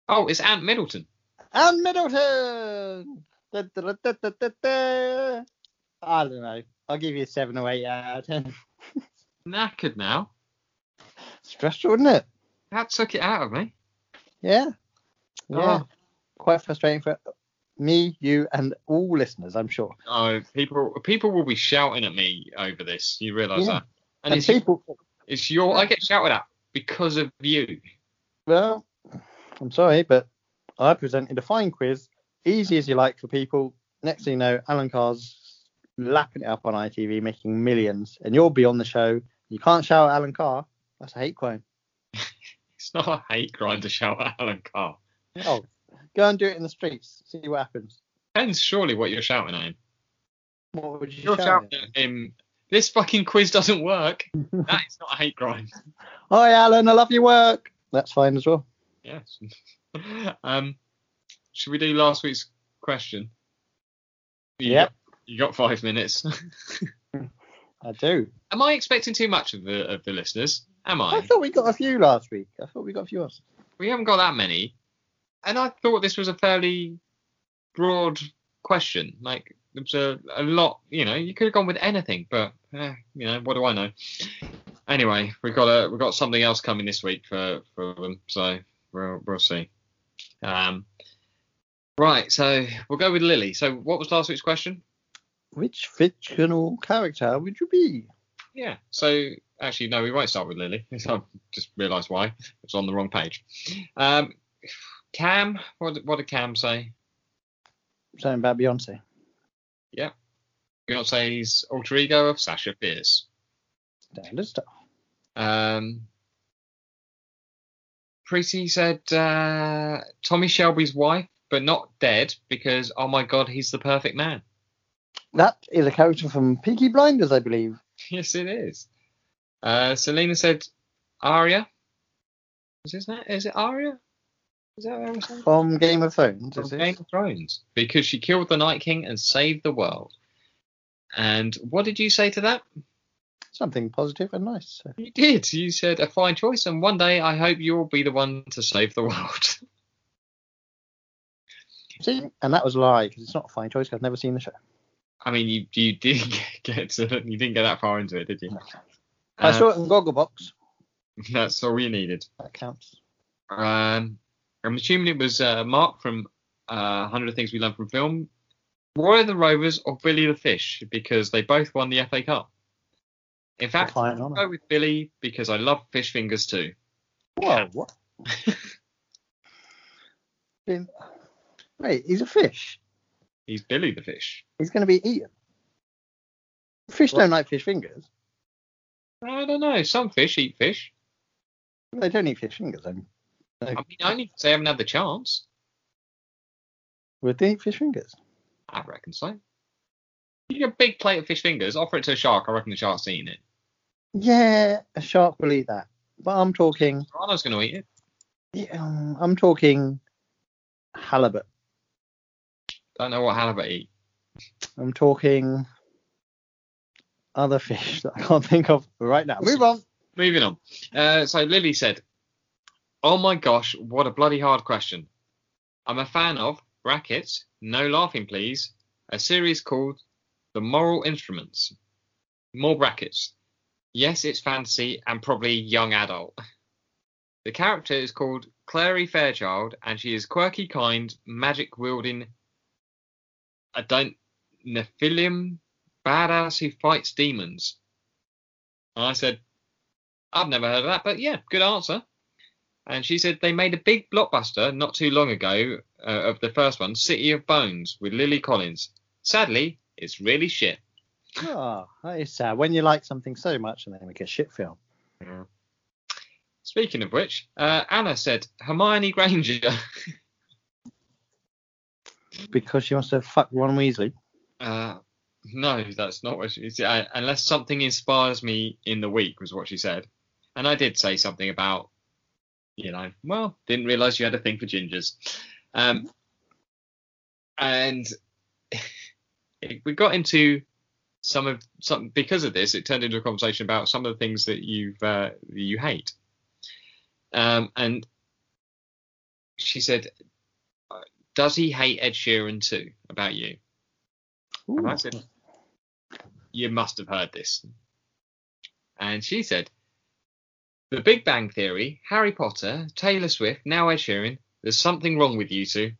Oh, it's Ant Middleton. And Middleton. Da, da, da, da, da, da, da. I don't know. I'll give you a seven or eight out of ten. Knackered now. Stressful, isn't it? That took it out of me. Yeah. Yeah. Oh. Quite frustrating for me, you, and all listeners, I'm sure. Oh, people people will be shouting at me over this. You realise Yeah. that? And, And, it's, people, it's your. I get shouted at because of you. well, I'm sorry, but I presented a fine quiz, easy as you like for people. Next thing you know, Alan Carr's lapping it up on ITV, making millions, and you'll be on the show. You can't shout at Alan Carr. That's a hate crime. It's not a hate crime to shout at Alan Carr. Oh, go and do it in the streets. See what happens. Depends surely what you're shouting at him. What would you You're shout? shouting at him. This fucking quiz doesn't work. That is not a hate crime. Hi, Alan. I love your work. That's fine as well. Yes. um, should we do last week's question? You Yep. got- you got five minutes. I do. Am I expecting too much of the of the listeners? Am I I? thought we got a few last week. I thought we got a few last. We haven't got that many, and I thought this was a fairly broad question. Like it was a, a lot. You know, you could have gone with anything, but eh, you know, what do I know? Anyway, we got a we got something else coming this week for for them, so we'll we'll see. Um, right, so we'll go with Lily. So what was last week's question? Which fictional character would you be? Yeah. So actually, no, we won't start with Lily. I've just realised why it's on the wrong page. Um, Cam, what did- what did Cam say? Something about Beyonce. Beyonce's alter ego of Sasha Fierce. Standard stuff. Um, Preeti said uh, Tommy Shelby's wife, but not dead because oh my god, he's the perfect man. That is a character from Peaky Blinders, I believe. Yes, it is. Uh, Selena said Arya. Is his name? Is it Arya? Is that what I'm saying? From Game of Thrones. from Is it? Game of Thrones because she killed the Night King and saved the world. And what did you say to that? Something positive and nice. So, You did. You said a fine choice, and one day I hope you'll be the one to save the world. See, and that was a lie because it's not a fine choice. 'cause I've never seen the show. I mean, you you did get to you didn't get that far into it, did you? I Uh, saw it in Gogglebox. That's all you needed. That counts. Um, I'm assuming it was uh, Mark from uh, 100 Things We Learned from Film, Roy of the Rovers, or Billy the Fish, because they both won the FA Cup. In fact, Fine I'll honour. go with Billy because I love fish fingers too. Whoa, what? Been- Wait, he's a fish. He's Billy the fish. He's going to be eaten. Fish don't like fish fingers. I don't know. Some fish eat fish. They don't eat fish fingers. I mean, I mean, only because they haven't had the chance. would they eat fish fingers? I reckon so. You get a big plate of fish fingers, offer it to a shark. I reckon the shark's eating it. Yeah, a shark will eat that. But I'm talking, Piranha's going to eat it. yeah, um, I'm talking halibut. Don't know what halibut eat. I'm talking other fish that I can't think of right now. Move on. Moving on. Uh, so Lily said, "Oh my gosh, what a bloody hard question. I'm a fan of brackets. No laughing, please. A series called The Moral Instruments. More brackets. Yes, it's fantasy and probably young adult. The character is called Clary Fairchild, and she is quirky, kind, magic wielding. I don't Nephilim badass who fights demons." And I said, I've never heard of that, but yeah, good answer. And she said they made a big blockbuster not too long ago uh, of the first one, City of Bones, with Lily Collins. Sadly, it's really shit. Ah, that is sad. When you like something so much and they make a shit film. Yeah. Speaking of which, uh, Anna said Hermione Granger. Because she wants to fuck Ron Weasley. Uh, no, that's not what she said. I- Unless something inspires me in the week, was what she said. And I did say something about, you know, well, didn't realise you had a thing for gingers. Um, and it- we got into some of some because of this, it turned into a conversation about some of the things that you've uh, that you hate. Um, and she said, "Uh, "Does he hate Ed Sheeran too?" About you. And I said, You must have heard this. And she said, The Big Bang Theory, Harry Potter, Taylor Swift, now Ed Sheeran, there's something wrong with you two.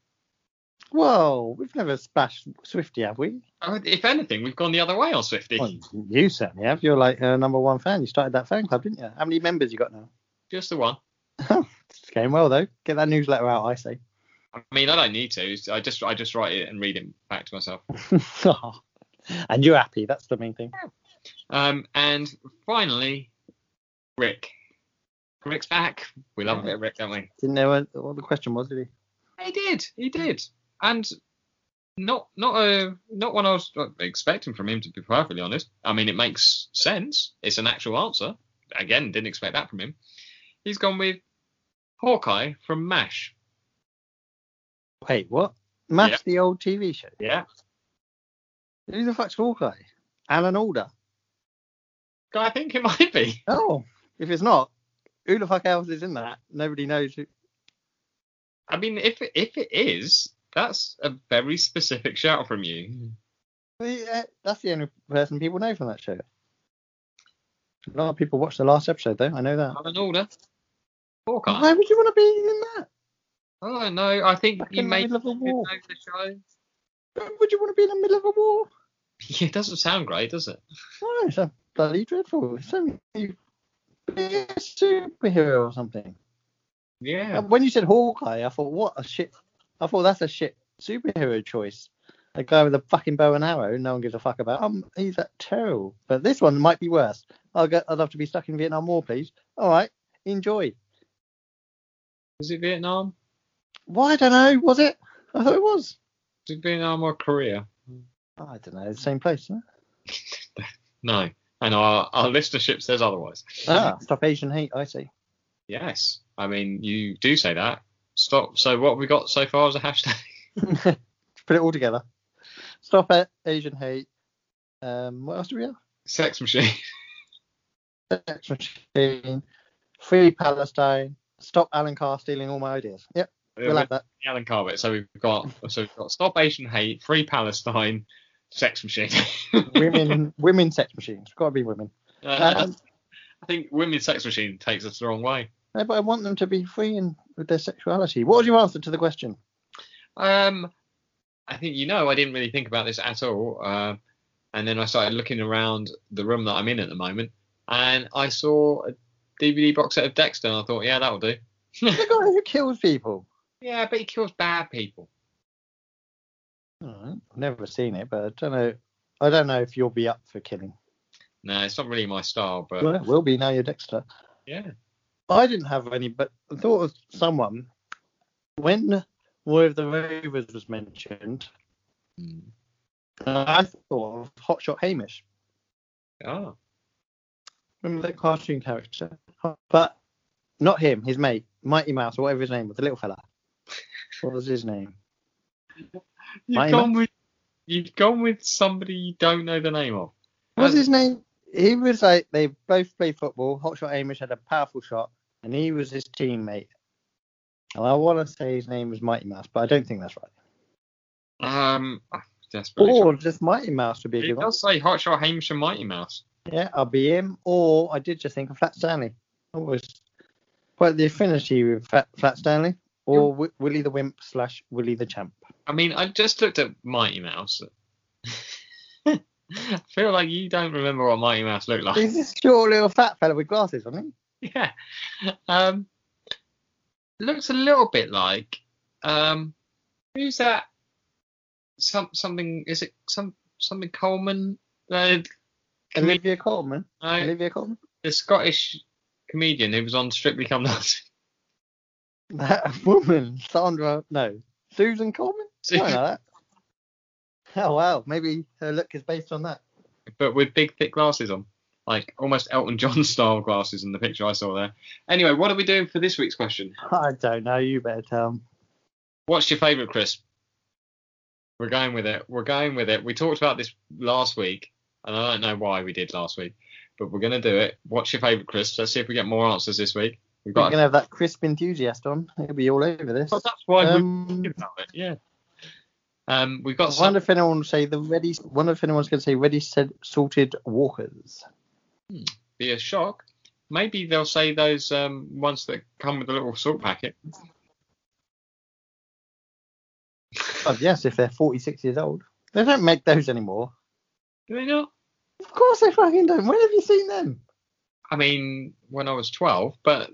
Whoa, we've never splashed Swifty, have we? Uh, If anything, we've gone the other way on Swifty. Well, you certainly have. You're like her number one fan. You started that fan club, didn't you? How many members you got now? Just the one. It's going well though. Get that newsletter out, I say. I mean, I don't need to. It's- I just I just write it and read it back to myself. Ah. and you're happy. That's the main thing. Um, and finally, Rick. Rick's back. We love a bit of Rick, don't we? Didn't know what, what the question was, did he? He did. He did. And not not a not one I was expecting from him to be perfectly honest. I mean, it makes sense. It's an actual answer. Again, didn't expect that from him. He's gone with Hawkeye from Mash. Wait, what? Mash the old TV show. Yeah. Who the fuck's Hawkeye? Alan Alda. I think it might be. Oh, if it's not, who the fuck else is in that? Nobody knows. Who... I mean, if if it is, that's a very specific shout from you. Yeah, That's the only person people know from that show. A lot of people watched the last episode though. I know that. Alan Alda. Hawkeye. Why would you want to be in that? I don't know. I think Back you in the may middle of the know war. the show. Why Would you want to be in the middle of a war? Yeah, it doesn't sound great, does it? No, it's a bloody dreadful. It's only be a superhero or something. Yeah. When you said Hawkeye, I thought, what a shit. I thought that's a shit superhero choice. A guy with a fucking bow and arrow, no one gives a fuck about. Um, he's that terrible. But this one might be worse. I'll go, I'd love to be stuck in Vietnam War, please. All right, enjoy. Was it Vietnam? Why I don't know. Was it? I thought it was. Oh, Did Vietnam or Korea? I don't know. Same place. Huh? No. And our, our listenership says otherwise. Ah, stop Asian hate. I see. Yes. I mean, you do say that. Stop. So what have we got so far as a hashtag? Put it all together. Stop it. Asian hate. Um, what else do we have? Sex machine. sex machine, free Palestine, stop Alan Carr stealing all my ideas. Yep, we'll have that. Alan Carver. So we've got so we've got stop Asian hate, free Palestine, sex machine. Women, women sex machines. Got to be women. Uh, Um, I think women's sex machine takes us the wrong way. no, but I want them to be free in with their sexuality. What was your answer to the question? Um, I think you know I didn't really think about this at all. Uh, and then I started looking around the room that I'm in at the moment, and I saw a DVD box set of Dexter, and I thought, yeah, that'll do. the guy who kills people. Yeah, but he kills bad people. Alright, I've never seen it, but I don't know. I don't know if you'll be up for killing. No, it's not really my style, but Well, it will be now you're Dexter. yeah. I didn't have any, but I thought of someone when War of the Rovers was mentioned. Mm. I thought of Hotshot Hamish. Oh, Remember that cartoon character? But not him, his mate, Mighty Mouse, or whatever his name was, the little fella. What was his name? you've Mate, gone with you've gone with somebody you don't know the name of. What was Um, his name? He was like, they both played football. Hotshot Amish had a powerful shot, and he was his teammate. And I want to say his name was Mighty Mouse, but I don't think that's right. Um, I'm desperately. Or trying- just Mighty Mouse would be a It good one. does say Hotshot Hamish and Mighty Mouse. Yeah, I'll be him. Or I did just think of Flat Stanley. I was quite the affinity with Fat, Flat Stanley. Or Wi- Willy the Wimp slash Willy the Champ. I mean, I just looked at Mighty Mouse. I feel like you don't remember what Mighty Mouse looked like. He's this short little fat fella with glasses, wasn't he? yeah. Um, looks a little bit like um, who's that? Some something is it some something Coleman? Uh, Olivia Coleman. no, Olivia Coleman. the Scottish comedian who was on Strictly Come Dancing? That woman, Sandra, no, Susan Coleman. I don't know that. Oh wow, maybe her look is based on that. but with big thick glasses on, like almost Elton John style glasses in the picture I saw there. Anyway, what are we doing for this week's question? I don't know. You better tell. 'em. What's your favourite crisp? We're going with it. We're going with it. We talked about this last week, and I don't know why we did last week, but we're gonna do it. What's your favourite crisp? Let's see if we get more answers this week. We've We're got. gonna have that crisp enthusiast on. He'll be all over this. Well, that's why Um, we're thinking about it. Yeah. Um, we've got I wonder some. if anyone will say the ready. Wonder if anyone's going to say ready said salted walkers. Be a shock. Maybe they'll say those um, ones that come with a little salt packet. Oh, yes, if they're 46 years old, they don't make those anymore. Do they not? Of course they fucking don't. When have you seen them? I mean, when I was 12, but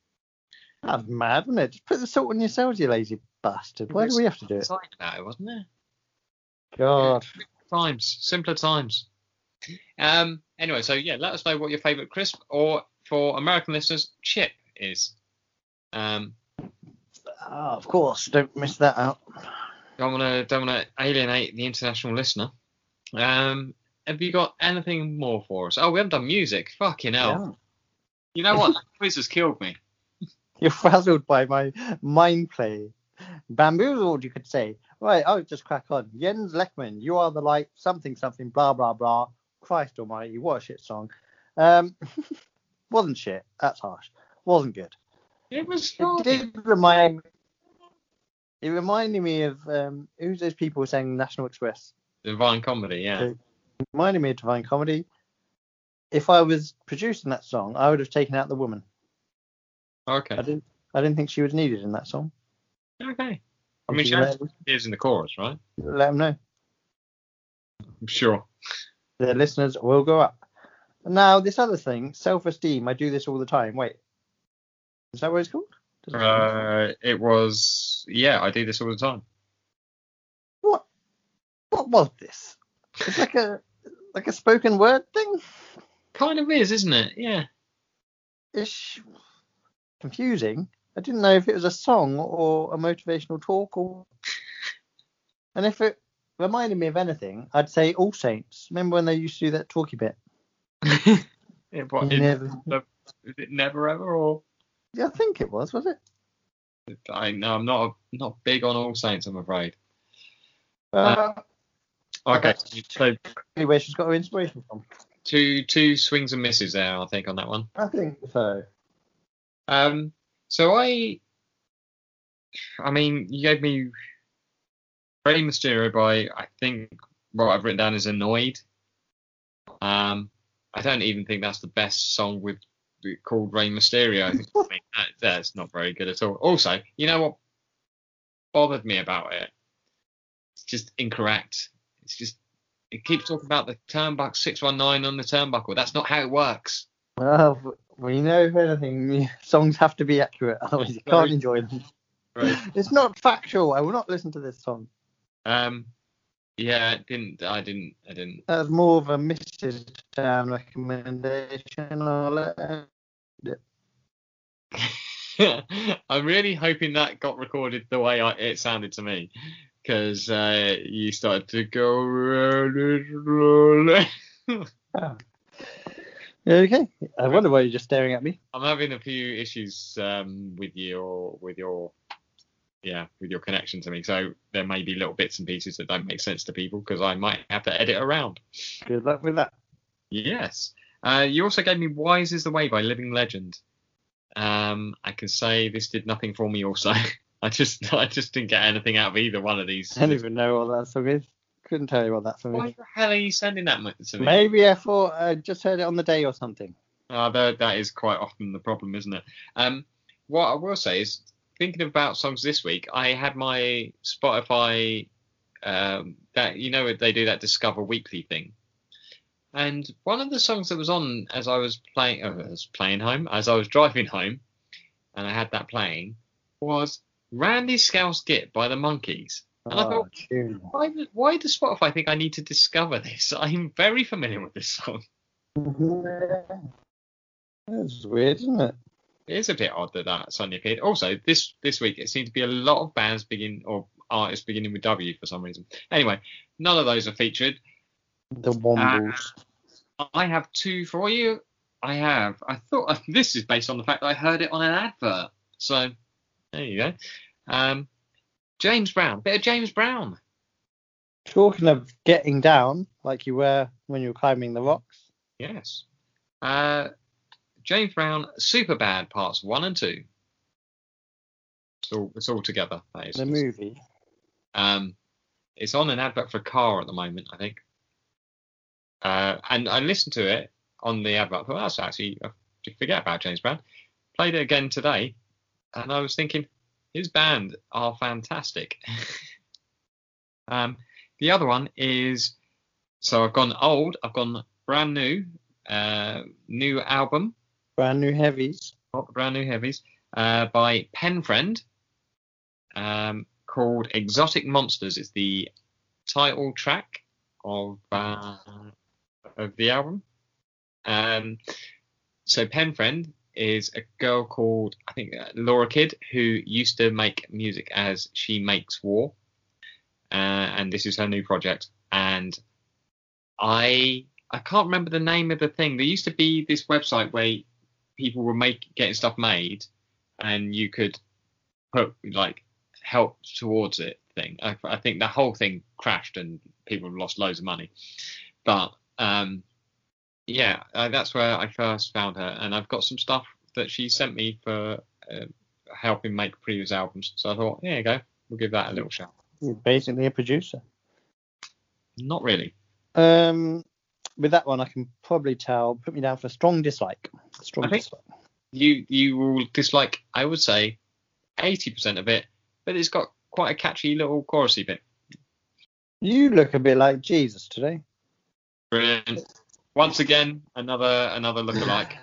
That's mad, isn't it? Just put the salt on yourselves, you lazy bastard. Why do we have to do it? it's like that, wasn't there? God. Times, simpler times. Um. Anyway, so yeah, let us know what your favourite crisp or for American listeners, chip is. Um. Oh, of course. Don't miss that out. Don't wanna don't wanna alienate the international listener. Um. Have you got anything more for us? Oh, we haven't done music. Fucking hell. You know what? That quiz has killed me. Yeah. You're frazzled by my mind play. Bamboozled, you could say. Right, I'll just crack on. Jens Lechman, you are the light, something, something, blah, blah, blah. Christ almighty, what a shit song. Um, wasn't shit. That's harsh. Wasn't good. It was It fun. did remind. It reminded me of um, who's those people who sang National Express? Divine comedy, yeah. reminded me of Divine Comedy. If I was producing that song, I would have taken out the woman. I Okay. didn't. I didn't think she was needed in that song. Okay. I mean, Just she let, is in the chorus, right? let them know. I'm sure. The listeners will go up. Now this other thing, self-esteem. I do this all the time. Wait, is that what it's called? Does it- Uh, it was yeah. I do this all the time. what? What was this? It's like a like a spoken word thing. Kind of is, isn't it? Yeah. ish confusing. I didn't know if it was a song or a motivational talk or and if it reminded me of anything, I'd say All Saints. Remember when they used to do that talky bit? it, what, is, Never. is it never ever or Yeah, I think it was, was it? I no, I'm not not big on All Saints. I'm afraid. Uh, Okay. So anyway, she's got her inspiration from. two two swings and misses there. I think on that one. I think so. Um. So I. I mean, you gave me Rey Mysterio by I think what I've written down is annoyed. Um, I don't even think that's the best song with called Rey Mysterio. I mean, that, that's not very good at all. Also, you know what bothered me about it? It's just incorrect. It's just it keeps talking about the turnbuckle 619 on the turnbuckle. That's not how it works. Well, we know if anything, songs have to be accurate, otherwise you can't enjoy them. Right. It's not factual. I will not listen to this song. Um, yeah, it didn't I didn't I didn't. That's more of a Mrs. Down recommendation. I'll let her I'm really hoping that got recorded the way I, it sounded to me, because uh, you started to go. round and round. Okay. I wonder why you're just staring at me. I'm having a few issues um, with your with your yeah with your connection to me, so there may be little bits and pieces that don't make sense to people because I might have to edit around. Good luck with that. Yes. Uh, you also gave me Wise is the Way by Living Legend. Um, I can say this did nothing for me also. I just I just didn't get anything out of either one of these. I don't even know what that song is. Couldn't tell you what that song Why is. the hell are you sending that mu- to me? Maybe I thought I just heard it on the day or something. Uh, that, that is quite often the problem, isn't it? Um, what I will say is, thinking about songs this week, I had my Spotify. Um, that you know they do that Discover Weekly thing, and one of the songs that was on as I was playing, uh, as playing home, as I was driving home, and I had that playing, was Randy Scouse Git by the Monkeys. And I Oh, thought- tune. Why, why does Spotify think I need to discover this? I'm very familiar with this song. That's weird, isn't it? It is a bit odd that that suddenly appeared. Also, this this week it seemed to be a lot of bands begin or artists beginning with W for some reason. Anyway, none of those are featured. The Wombles. Ah. I have two for you. I have. I thought this is based on the fact that I heard it on an advert. So there you go. Um, James Brown. Bit of James Brown. Talking of getting down, like you were when you were climbing the rocks. Yes. Uh, James Brown. Super bad parts one and two. It's all it's all together. That is. The movie. Um, it's on an advert for a car at the moment, I think. Uh, and I listened to it on the advert. I thought, that's actually, I did forget about James Brown. Played it again today, and I was thinking, his band are fantastic. um, the other one is, so I've gone old, I've gone brand new, uh, new album, Brand new heavies. brand new heavies, uh, by Penfriend, um, called Exotic Monsters. It's the title track of uh, of the album. Um, so Penfriend is a girl called I think uh, Laura Kidd who used to make music as She Makes War, uh, and this is her new project. And I I can't remember the name of the thing. There used to be this website where people were make getting stuff made, and you could put like help towards it thing. I, I think the whole thing crashed and people have lost loads of money. But um, yeah, uh, that's where I first found her, and I've got some stuff that she sent me for uh, helping make previous albums. So I thought, there you go, we'll give that a little shout. You're basically a producer. Not really. Um, with that one, I can probably tell. Put me down for strong dislike. Strong I think- dislike. You you will dislike, I would say, eighty percent of it, but it's got quite a catchy little chorusy bit. You look a bit like Jesus today. Brilliant. Once again, another another lookalike.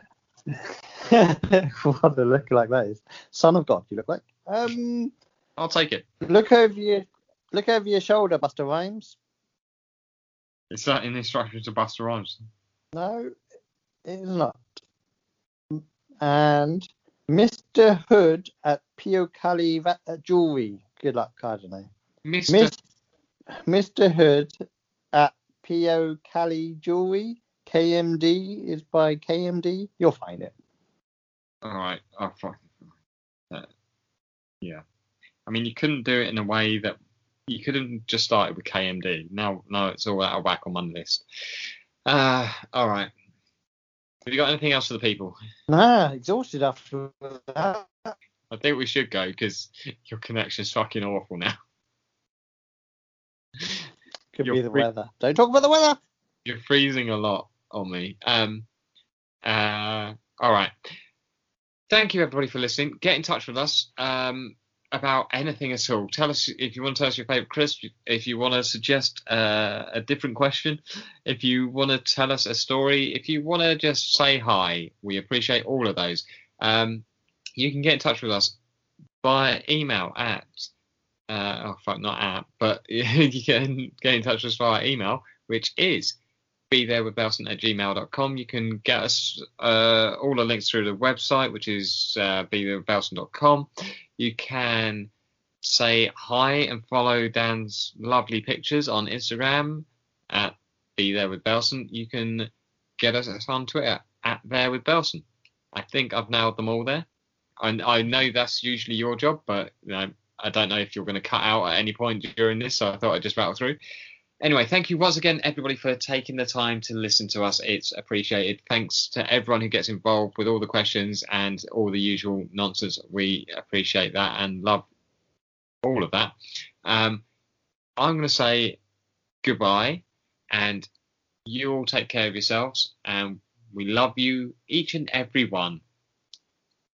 what a look like that is. Son of God, you look like. Um, I'll take it. look over your, look over your shoulder, Buster Rhymes. Is that in the instructions to Buster Rhymes? No, it's not. And Mr. Hood at Pio Cali Va- uh, Jewelry. Good luck, I don't know. Mister. Mis- Mr. Hood at P.O. Cali Jewelry, KMD is by KMD. You'll find it. All right. Oh, fuck. Uh, yeah. I mean, you couldn't do it in a way that you couldn't just start it with KMD. Now, now it's all out of whack on one list. Uh, all right. Have you got anything else for the people? Nah, exhausted after that. I think we should go because your connection's fucking awful now. Could You're be the free- weather. Don't talk about the weather. You're freezing a lot on me. Um. Uh. All right. Thank you everybody for listening. Get in touch with us. Um. About anything at all. Tell us if you want to tell us your favourite crisp. If you want to suggest uh, a different question. If you want to tell us a story. If you want to just say hi. We appreciate all of those. Um. You can get in touch with us via email at. Uh, oh fuck, not at, but you can get in touch with us via email, which is be there with Belson at gmail.com. You can get us uh, all the links through the website, which is uh, be there with Belson.com. You can say hi and follow Dan's lovely pictures on Instagram at be there with Belson. You can get us on Twitter at there with Belson. I think I've nailed them all there. And I know that's usually your job, but you know, I don't know if you're going to cut out at any point during this, so I thought I'd just rattle through. Anyway, thank you once again, everybody, for taking the time to listen to us. It's appreciated. Thanks to everyone who gets involved with all the questions and all the usual nonsense. We appreciate that and love all of that. Um, I'm going to say goodbye, and you all take care of yourselves. And we love you, each and every one.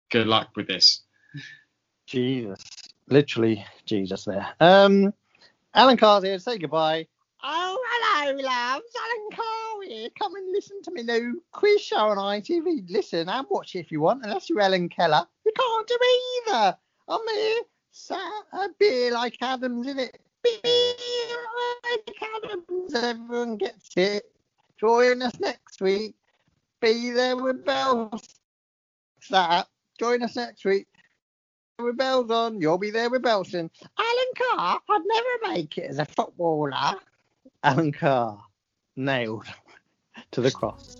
Good luck with this. Jesus. Literally Jesus there. Um, Alan Carr's here to say goodbye. Oh, hello, loves. Alan Carr here. Come and listen to me new quiz show on ITV. Listen and watch it if you want, unless you're Ellen Keller. You can't do either. I'm here. So, a beer like Adams, in it? Beer like Adams. Everyone gets it. Join us next week. Be there with Bells. that. Join us next week. With bells on, you'll be there with Belson. Alan Carr, I'd never make it as a footballer. Alan Carr, nailed to the cross.